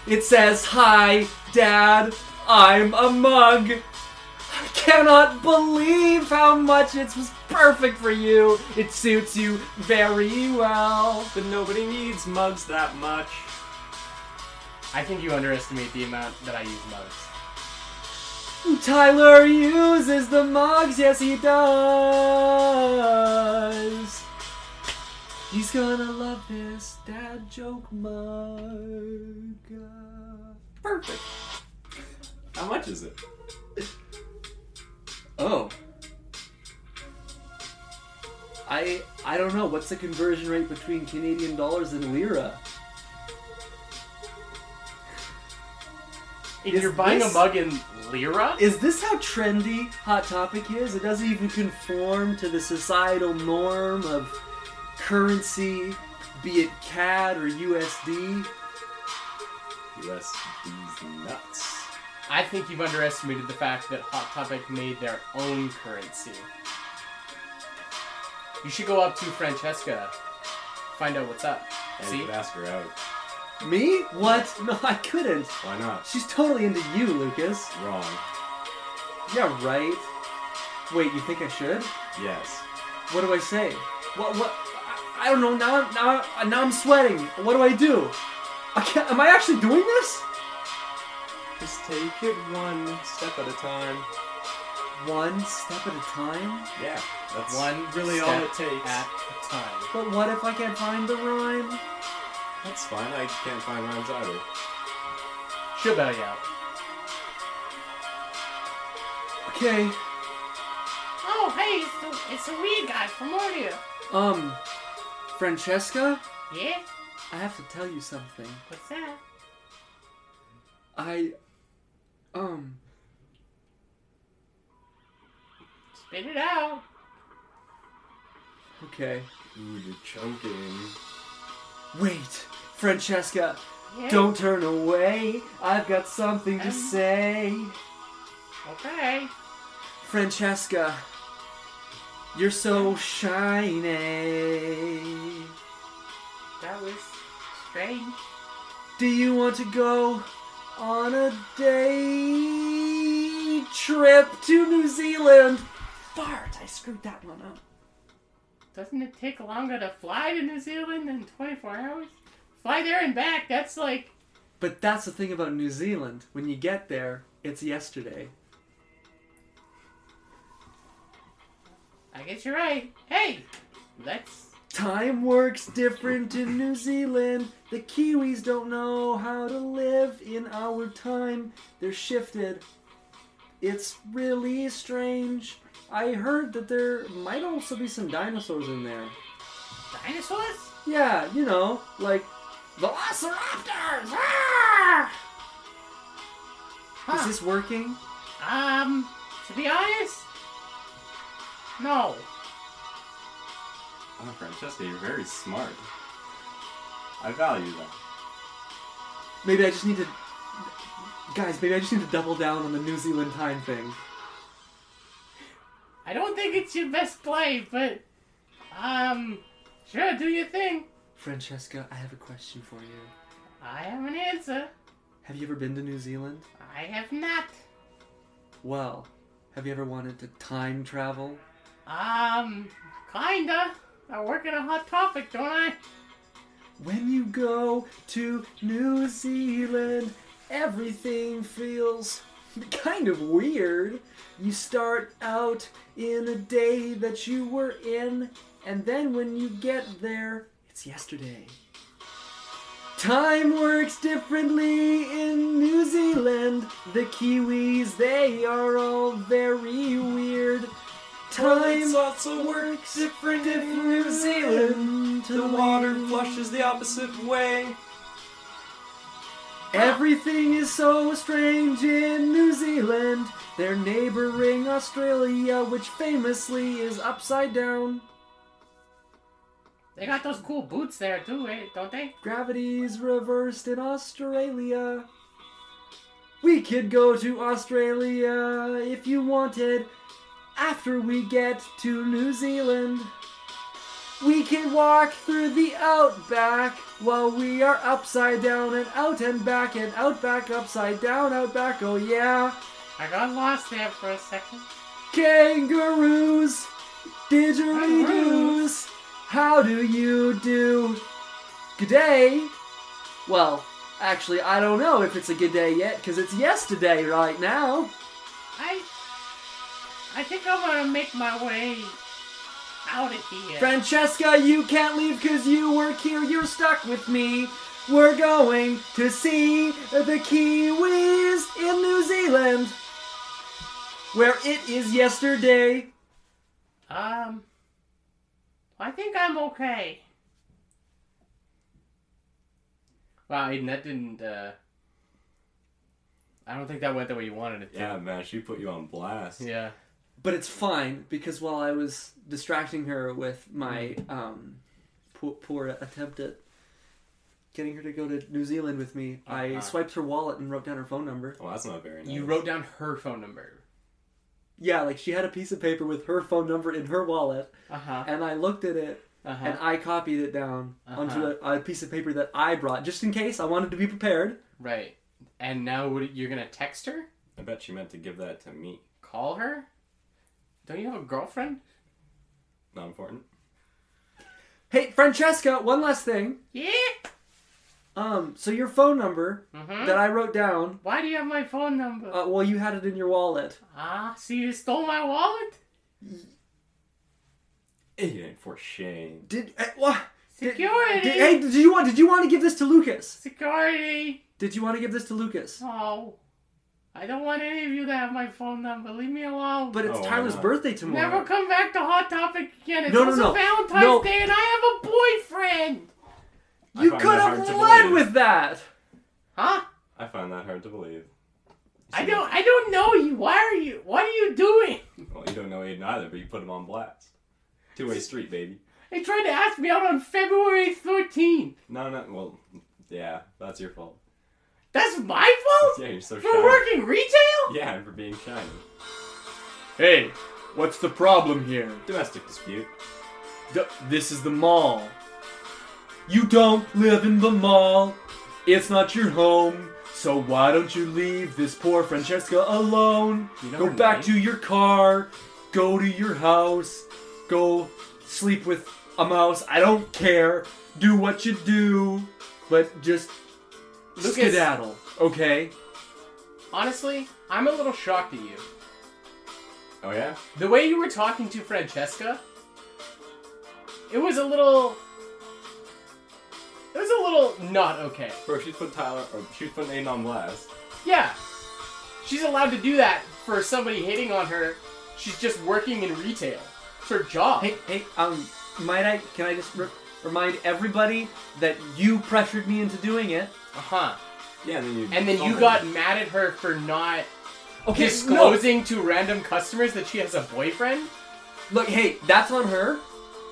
It says, Hi, Dad, I'm a mug. I cannot believe how much it's was perfect for you. It suits you very well.
But nobody needs mugs that much.
I think you underestimate the amount that I use mugs.
Tyler uses the mugs, yes he does. He's gonna love this dad joke mug.
Perfect. How much is it?
Oh. I I don't know what's the conversion rate between Canadian dollars and lira.
If
Is
you're buying
this-
a mug in lira,
Is this how trendy Hot Topic is? It doesn't even conform to the societal norm of currency, be it CAD or USD.
USD's nuts.
I think you've underestimated the fact that Hot Topic made their own currency. You should go up to Francesca, find out what's up.
And you
See?
could ask her out.
Me? What? No, I couldn't.
Why not?
She's totally into you, Lucas.
Wrong.
Yeah, right. Wait, you think I should?
Yes.
What do I say? What? What? I, I don't know. Now, I'm- now, I- now I'm sweating. What do I do? I can't, am I actually doing this?
Just take it one step at a time.
One step at a time.
Yeah, that's
One
really
step
all it takes.
at a time.
But what if I can't find the rhyme?
That's fine. I can't find rhymes either.
She'll bail you out.
Okay.
Oh, hey, it's the, it's the weird guy from earlier.
Um, Francesca,
Yeah?
I have to tell you something.
What's that?
I, um,
Spit it out.
okay.
Ooh, you're choking.
Wait, Francesca,
Yeah.
don't turn away. I've got something to
Um.
say.
Okay.
Francesca, you're so shiny.
That was strange.
Do you want to go on a day trip to New Zealand? Fart, I screwed that one up.
Doesn't it take longer to fly to New Zealand than 24 hours? Fly there and back, that's like.
But that's the thing about New Zealand. When you get there, it's yesterday.
I guess you're right. Hey, let's.
Time works different in New Zealand. The Kiwis don't know how to live in our time. They're shifted. It's really strange. I heard that there might also be some dinosaurs in there.
Dinosaurs?
Yeah, you know, like velociraptors. Ah! Is
Huh.
this working?
Um, to be honest, no.
Oh, Francesca, you're very smart. I value that.
Maybe I just need to Guys, maybe I just need to double down on the New Zealand time thing.
I don't think it's your best play, but. Um, sure, do your thing.
Francesca, I have a question for you.
I have an answer.
Have you ever been to New Zealand?
I have not.
Well, have you ever wanted to time travel?
Um, kinda. I work in a hot topic, don't I?
When you go to New Zealand, everything feels kind of weird. You start out in a day that you were in, and then when you get there, it's yesterday. Time works differently in New Zealand. The Kiwis, they are all very weird. time.
also works different in New Zealand. The water flushes the opposite way.
Everything is so strange in New Zealand, their neighboring Australia, which famously is upside down.
They got those cool boots there too, eh? Don't they?
Gravity's reversed in Australia. We could go to Australia if you wanted. After we get to New Zealand, we can walk through the outback while we are upside down and out and back and out back upside down out back. Oh yeah,
I got lost there for a second.
kangaroos, didgeridoos. How do you do? Good day. Well, actually, I don't know if it's a good day yet because it's yesterday right now.
I I think I want to make my way out of here.
Francesca, you can't leave because you work here. You're stuck with me. We're going to see the Kiwis in New Zealand, where it is yesterday.
Um, I think I'm okay. Wow, Aiden, that didn't. uh I don't think that went the way you wanted it to.
Yeah, man, she put you on blast.
Yeah.
But it's fine because while I was distracting her with my
Mm.
um, poor, poor attempt at getting her to go to New Zealand with me, I
Uh-huh.
swiped her wallet and wrote down her phone number.
Well, Oh, that's not very nice.
You wrote down her phone number.
Yeah, like she had a piece of paper with her phone number in her wallet,
Uh huh.
and I looked at it
Uh huh.
and I copied it down onto
Uh-huh.
a, a piece of paper that I brought just in case I wanted to be prepared.
Right. And now what, you're gonna text her?
I bet she meant to give that to me.
Call her? Don't you have a girlfriend?
Not important.
Hey, Francesca, one last thing.
Yeah.
Um, so your phone number
Mhm.
that I wrote down,
Why do you have my phone number?
uh, well, you had it in your wallet.
ah, so you stole my wallet?
Aiden, for shame.
Did eh, what? Did-
Security.
Did, hey, did you want? Did you want to give this to Lucas?
Security.
Did you want to give this to Lucas?
Oh, I don't want any of you to have my phone number. Leave me alone.
But it's
Oh, why
Tyler's
not?
birthday
Never
tomorrow.
come back to Hot Topic again. It's
No, no,
also
no.
Valentine's
No.
Day and I have a boyfriend.
I
you
find
could
that
have
hard to
led
believe.
with that.
Huh?
I find that hard to believe.
I don't. I don't know you. Why are you? What are you doing?
Well, you don't know Aiden either, but you put him on blast. Two way street, baby.
They tried to ask me out on February 13th.
No, no, well, yeah, that's your fault.
That's my fault
Yeah, you're so
for
shy.
Oh, working retail.
Yeah, and for being shiny.
Hey, what's the problem here?
Domestic dispute.
this is the mall. You don't live in the mall. It's not your home. So why don't you leave this poor Francesca alone?
You know
go
her
back
name?
to your car. Go to your house. Go sleep with a mouse. I don't care. Do what you do, but just
Lucas.
skedaddle, okay?
Honestly, I'm a little shocked at you.
Oh, yeah?
The way you were talking to Francesca, it was a little. It was a little not okay.
Bro, she's put Tyler, or she's putting Aiden on blast.
Yeah. She's allowed to do that for somebody hitting on her. She's just working in retail. It's her job.
Hey, hey, um, might I, can I just re- remind everybody that you pressured me into doing it?
Uh huh.
Yeah, and then you.
And then you
Oh,
got mad at her for not
Okay, no.
disclosing to random customers that she has a boyfriend?
Look, hey, that's on her.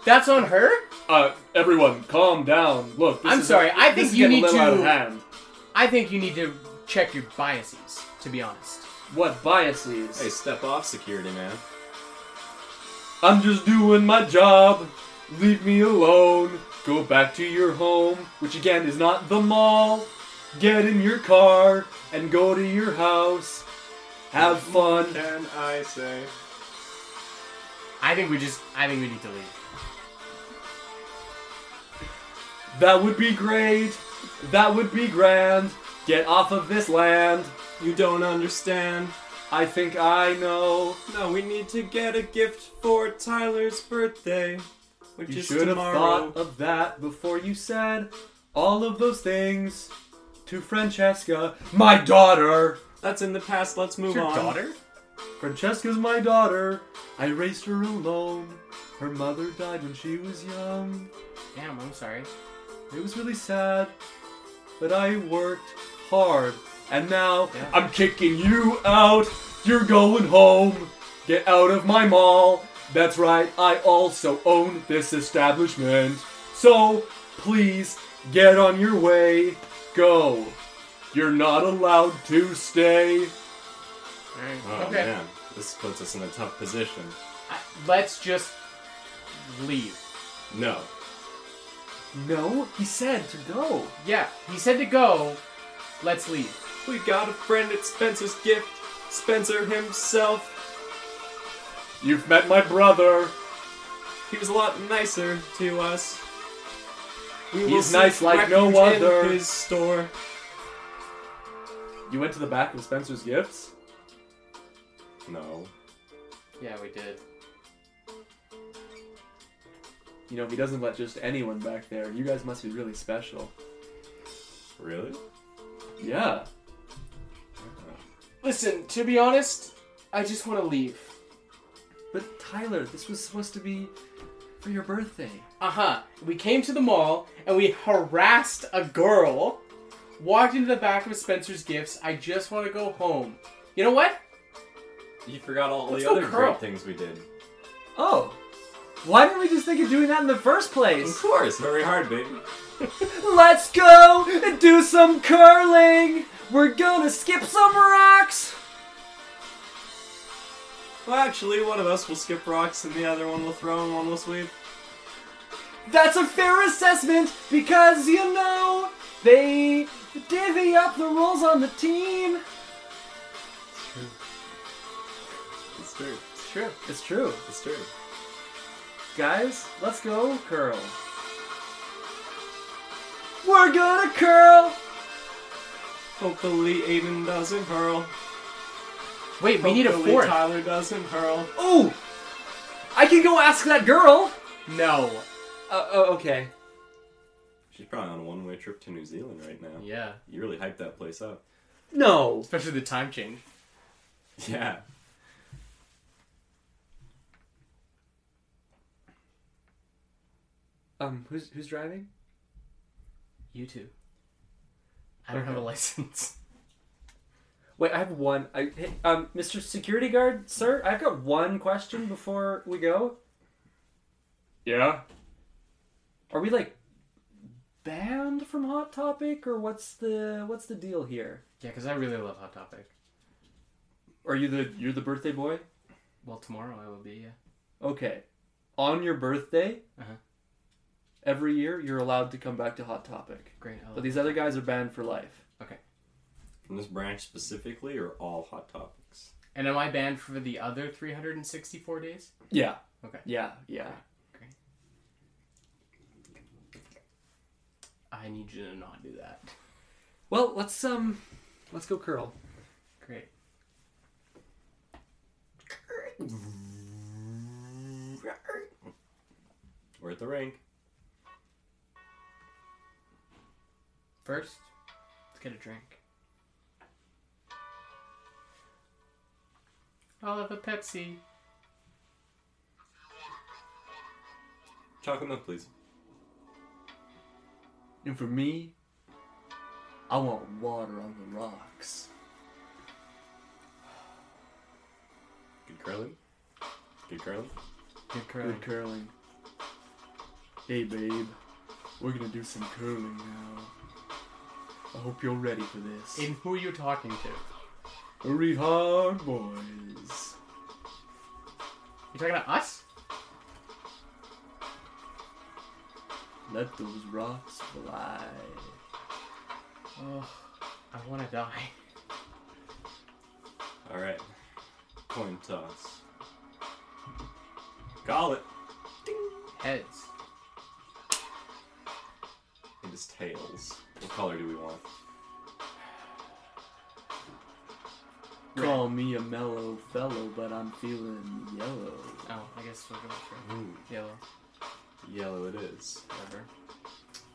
That's on her?
Uh, everyone, calm down. Look,
I'm sorry, I
I
think you need to.
hand.
I think you need to check your biases, to be honest.
What biases?
Hey, step off, security man.
I'm just doing my job. Leave me alone. Go back to your home, which again is not the mall. Get in your car and go to your house. Have fun.
Can I say?
I think we just. I think we need to leave.
That would be great. That would be grand. Get off of this land.
You don't understand.
I think I know.
No, we need to get a gift for Tyler's birthday, which
You
is
should have
tomorrow.
thought of that before you said all of those things to Francesca, my daughter.
That's in the past. Let's move
Your
on.
daughter?
Francesca's my daughter. I raised her alone. Her mother died when she was young.
Damn, I'm sorry.
It was really sad, but I worked hard. And now
Yeah.
I'm kicking you out. You're going home. Get out of my mall. That's right, I also own this establishment. So please get on your way. Go. You're not allowed to stay.
Alright.
Oh,
okay.
man. This puts us in a tough position.
I- let's just leave.
No.
No, he said to go.
Yeah, he said to go. Let's leave.
We got a friend at Spencer's gift. Spencer himself.
You've met my brother.
He was a lot nicer to us. We
He's
will seek
nice like no
refuge in
other.
His store.
You went to the back of Spencer's gifts?
No.
Yeah, we did.
You know, he doesn't let just anyone back there. You guys must be really special.
Really?
Yeah.
Listen, to be honest, I just want to leave.
But Tyler, this was supposed to be for your birthday.
Uh huh. We came to the mall and we harassed a girl. Walked into the back of Spencer's Gifts. I just want to go home. You know what?
You forgot all
Let's
the
go
other
curl.
great things we did.
Oh. Why didn't we just think of doing that in the first
Of
place?
course, very hard, baby.
Let's go and do some curling. We're gonna skip some rocks.
Well, actually, one of us will skip rocks and the other one will throw and one will sweep.
That's a fair assessment because you know they divvy up the roles on the team.
It's true.
Sure.
It's true.
It's true.
Guys, let's go curl. We're gonna curl.
Hopefully, Aiden doesn't hurl.
Wait, we need a
Hopefully
fourth.
Tyler doesn't hurl.
Oh, I can go ask that girl.
No.
Uh, oh, okay.
She's probably on a one way trip to New Zealand right now.
Yeah.
You really hyped that place up.
No.
Especially the time change.
Yeah.
Um, who's who's driving?
You too. I don't have a license.
Wait, I have one. I hey, um, Mr. Security Guard, sir, I've got one question before we go. Yeah. Are we like banned from Hot Topic, or what's the what's the deal here?
Yeah, because I really love Hot Topic.
Are you the you're the birthday boy?
Well, tomorrow I will be. Yeah.
Okay. On your birthday,
Uh-huh.
every year you're allowed to come back to Hot Topic,
Great. I
but
love-
these other guys are banned for life.
Okay.
From this branch specifically, or all hot topics?
And am I banned for the other 364 days?
Yeah.
Okay.
Yeah. Yeah.
I need you to not do that.
Well, let's um, let's go curl.
Great.
We're at the rink.
First, let's get a drink. I'll have a Pepsi.
Chocolate milk, please.
And for me, I want water on the rocks.
Good curling. Good curling.
Good
Good curling. Hey, babe, we're gonna do some curling now. I hope you're ready for this.
And who are you talking to? You're
Hurry hard, boys.
talking to us?
Let those rocks fly.
Oh, I want to die.
All right. Coin toss. Call it.
Heads.
It is tails. What color do we want?
Call me a mellow fellow, but I'm feeling yellow.
Oh, I guess we're going for
Ooh,
yellow.
yellow it is.
Whatever.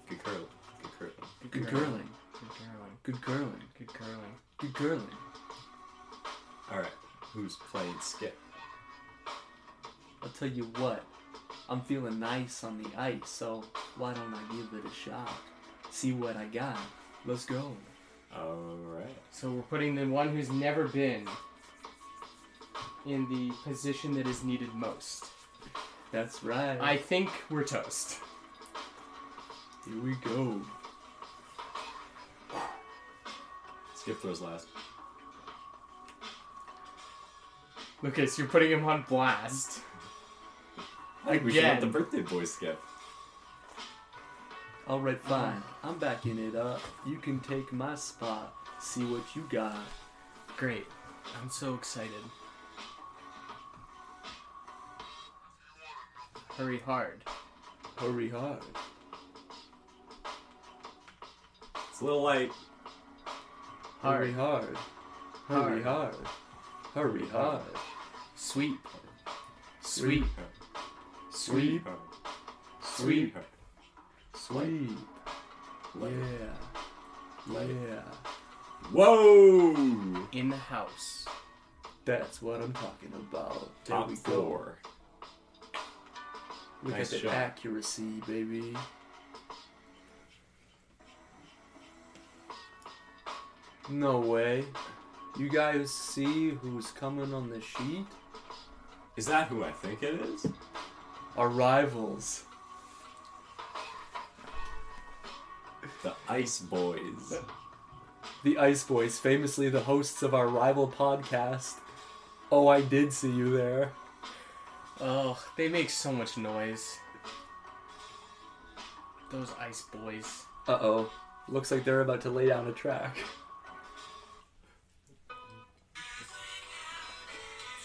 Good curl. Good curl.
Good curling.
Good curling.
Good curling.
Good curling.
Good curling.
All right. who's played Skip.
I'll tell you what, I'm feeling nice on the ice, so why don't I give it a shot? See what I got. Let's go.
Alright.
So we're putting the one who's never been in the position that is needed most.
That's right.
I think we're toast.
Here we go.
Skip throws last.
Lucas, you're putting him on blast.
I think we should let the
Again.
birthday boy skip.
Alright, fine. I'm backing it up. You can take my spot. See what you got.
Great. I'm so excited. Hurry hard.
Hurry hard.
It's a little light.
Hurry
Hard.
hard. Hurry
Hard.
hard. Hurry hard.
Sweep. Sweep.
Sweep.
Sweep.
Sweep.
Light.
Yeah. Yeah.
Whoa!
In the house.
That's what I'm talking about. There
Top
we go.
four.
Look
Nice
at the
shot.
accuracy, baby. No way. You guys see who's coming on the sheet?
Is that who I think it is?
Our rivals.
The Ice Boys. Oh,
The Ice Boys, famously the hosts of our rival podcast. Oh, I did see you there.
Ugh, they make so much noise. Those ice boys.
Uh oh. Looks like they're about to lay down a track.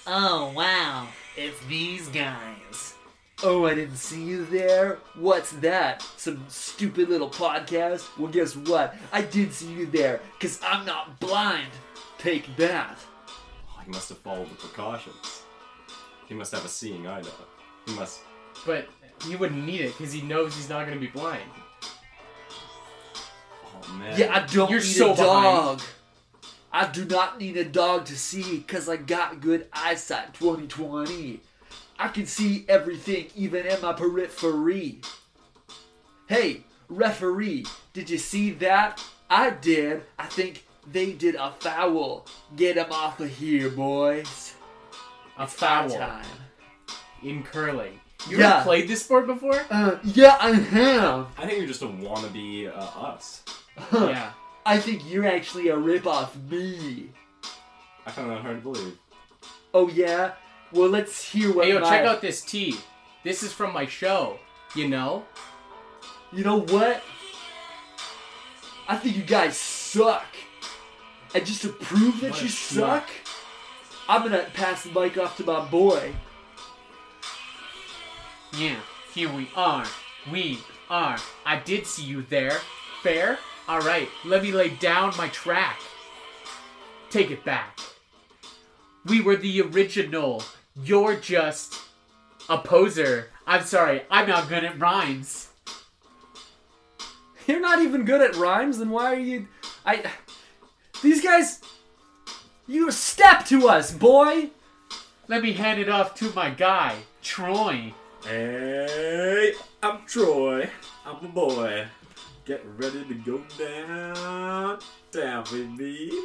Oh, wow. It's these guys.
Oh, I didn't see you there. What's that? Some stupid little podcast? Well, guess what? I did see you there, because I'm not blind. Take that.
Oh, he must have followed the precautions. He must have a seeing eye now. He must.
But he wouldn't need it because he knows he's not going to be blind.
Oh man.
Yeah, I don't
You're
need
so
a dog. I do not need a dog to see, because I got good eyesight 2020. I can see everything, even in my periphery. Hey, referee, did you see that? I did. I think they did a foul. Get 'em off of here, boys.
A foul
Time.
in curling. You
Yeah.
ever played this sport before?
Uh, yeah, I have.
I think you're just a wannabe uh, us.
yeah.
I think you're actually a rip off me.
I found that hard to believe.
Oh yeah. Well, let's hear what
Hey, yo,
my-
check out this tea. This is from my show. You know?
You know what? I think you guys suck. And just to prove that
What a
you
schmuck.
suck, I'm gonna pass the mic off to my boy.
Yeah. Here we are. We are. I did see you there. Fair? Alright, let me lay down my track. Take it back. We were the original. You're just a poser. I'm sorry, I'm not good at rhymes.
You're not even good at rhymes, then why are you? I. These guys. You step to us, boy.
Let me hand it off to my guy, Troy.
Hey, I'm Troy. I'm the boy. Get ready to go down, down with me.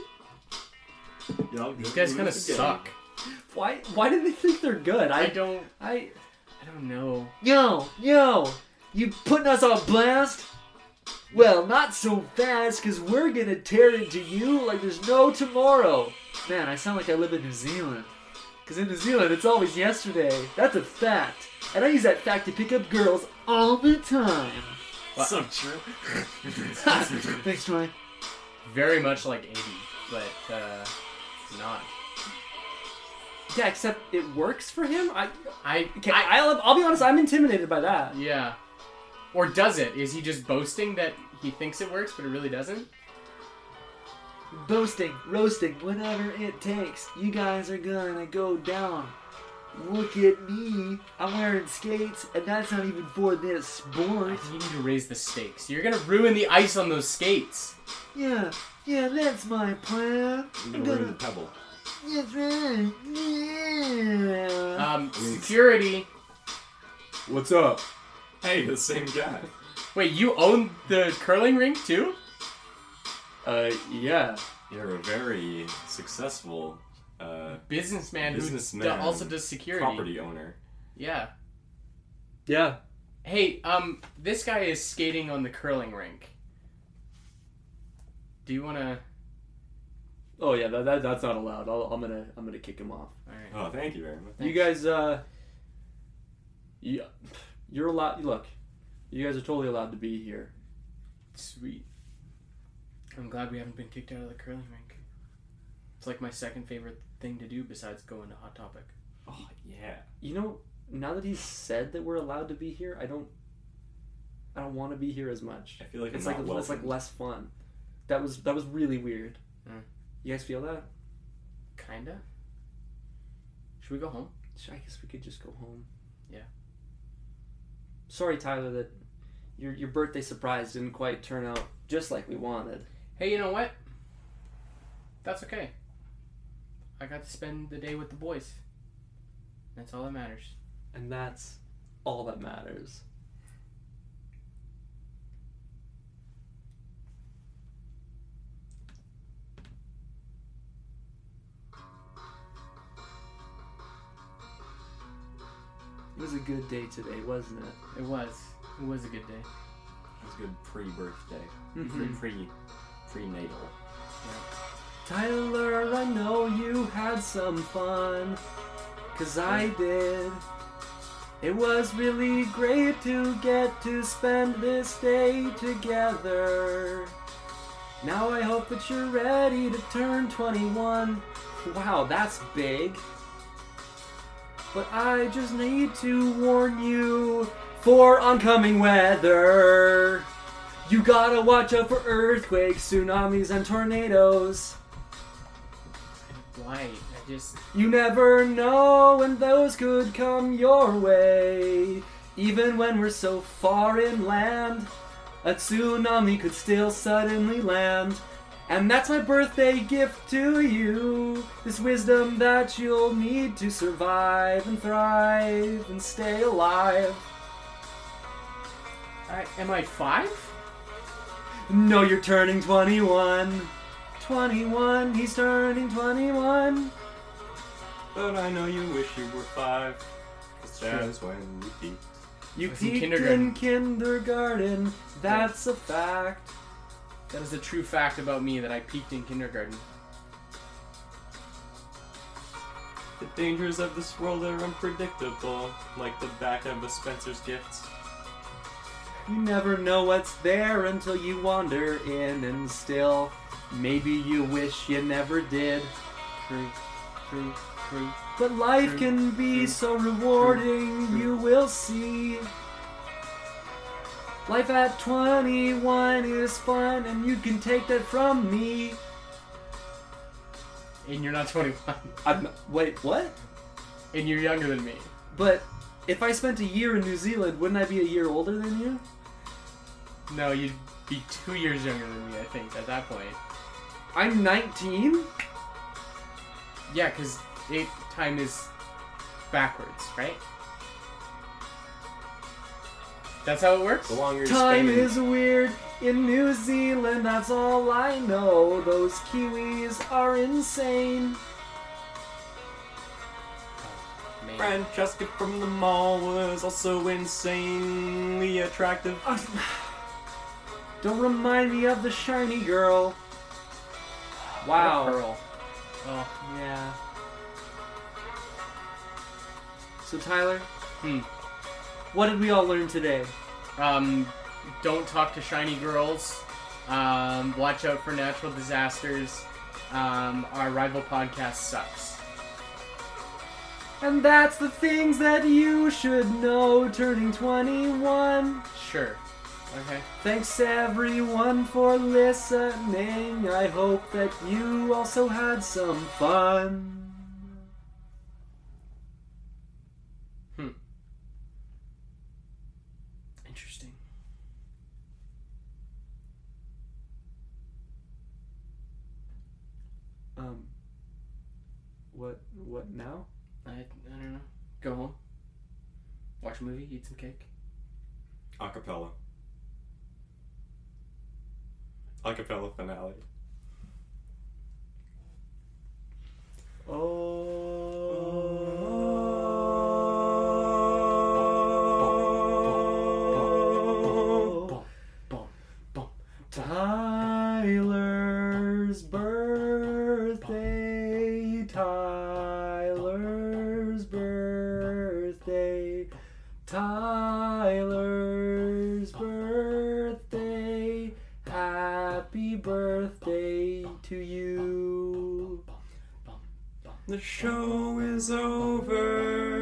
Y'all
These guys kind of suck.
Why? Why do they think they're good?
I don't.
I.
I don't know.
Yo, yo, you putting us on blast? Well, not so fast, because we're gonna tear into you like there's no tomorrow. Man, I sound like I live in New Zealand. Because in New Zealand, it's always yesterday. That's a fact. And I use that fact to pick up girls all the time.
So true.
Thanks, Troy.
Very much like 80, but uh, not.
Yeah, except it works for him? I,
I,
okay,
I,
I, will I'll be honest, I'm intimidated by that.
yeah. Or does it? Is he just boasting that he thinks it works, but it really doesn't?
boasting, roasting, whatever it takes. You guys are gonna go down. Look at me. I'm wearing skates, and that's not even for this
I
sport.
think you need to raise the stakes. You're gonna ruin the ice on those skates.
Yeah, yeah, that's my plan.
I'm
I'm
gonna ruin the
gonna,
pebble.
Um, security.
Uh, What's up?
Hey, the same guy.
Wait, you own the curling rink too?
Uh, yeah.
You're a very successful uh,
Businessman,
Businessman.
who d- also does security.
property owner.
Yeah.
Yeah.
Hey, um, this guy is skating on the curling rink. Do you wanna?
Oh yeah, that, that that's not allowed. I'll, I'm gonna I'm gonna kick him off.
All right.
Oh, thank you very much.
You guys, uh, you, you're allowed. Look, you guys are totally allowed to be here.
Sweet. I'm glad we haven't been kicked out of the curling rink. It's like my second favorite thing to do besides going to Hot Topic.
Oh, yeah.
You know, now that he's said that we're allowed to be here, I don't, I don't want to be here as much.
I feel like
It's
I'm
like
not
it's like
welcome.
less fun. That was that was really weird.
Mm.
You guys feel that?
Kinda. Should we go home?
Sh- I guess we could just go home.
Yeah.
Sorry, Tyler, that your your birthday surprise didn't quite turn out just like we wanted.
Hey, you know what? That's okay. I got to spend the day with the boys. That's all that matters.
And that's all that matters. It was a good day today, wasn't it?
It was. It was a good day.
It was good pre-birthday, pre
Mhm.
pre prenatal.
Tyler, I know you had some fun, cause I did. It was really great to get to spend this day together. Now I hope that you're ready to turn 21. Wow, that's big. But I just need to warn you for oncoming weather. You gotta watch out for earthquakes, tsunamis, and tornadoes.
Why? I just.
You never know when those could come your way. Even when we're so far inland, a tsunami could still suddenly land. And that's my birthday gift to you. This wisdom that you'll need to survive and thrive and stay alive.
I, am I five?
No, you're turning 21. 21, he's turning 21.
But I know you wish you were five. 'cause that is when we peaked.
You
That's in
peaked
kindergarten.
in kindergarten. That's a fact.
That is a true fact about me that I peaked in kindergarten.
The dangers of this world are unpredictable, like the back of a Spencer's gift.
You never know what's there until you wander in, and still, maybe you wish you never did.
True. True. True.
But life can be so rewarding, you will see. Life at 21 is fun, and you can take that from me.
And you're not 21.
I'm, wait, what?
And you're younger than me.
But if I spent a year in New Zealand, wouldn't I be a year older than you?
No, you'd be two years younger than me, I think, at that point.
I'm 19?
Yeah, because eight time is backwards, right? That's how it works?
The longer you
Time
spend-
is weird in New Zealand, that's all I know. Those Kiwis are insane.
Man.
Francesca from the mall was also insanely attractive.
Ugh. Don't remind me of the shiny girl.
What a
Wow.
pearl. Oh,
Yeah. So, Tyler,
hmm.
what did we all learn today?
Um, don't talk to shiny girls. Um, watch out for natural disasters. Um, our rival podcast sucks.
And that's the things that you should know turning 21.
Sure. Okay.
Thanks everyone for listening. I hope that you also had some fun.
Interesting.
Um,
What? What now?
I, I don't know. Go home. Watch a movie. Eat some cake.
Acapella. Acapella finale.
Bum,
Oh,
bum, bum, bum.
Tyler's birthday. Tyler's birthday. Tyler's birthday. Happy birthday to you.
The show is over.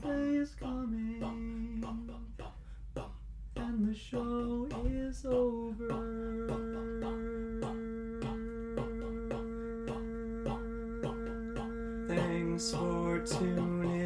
Birthday's coming. And the show is over.
Thanks for tuning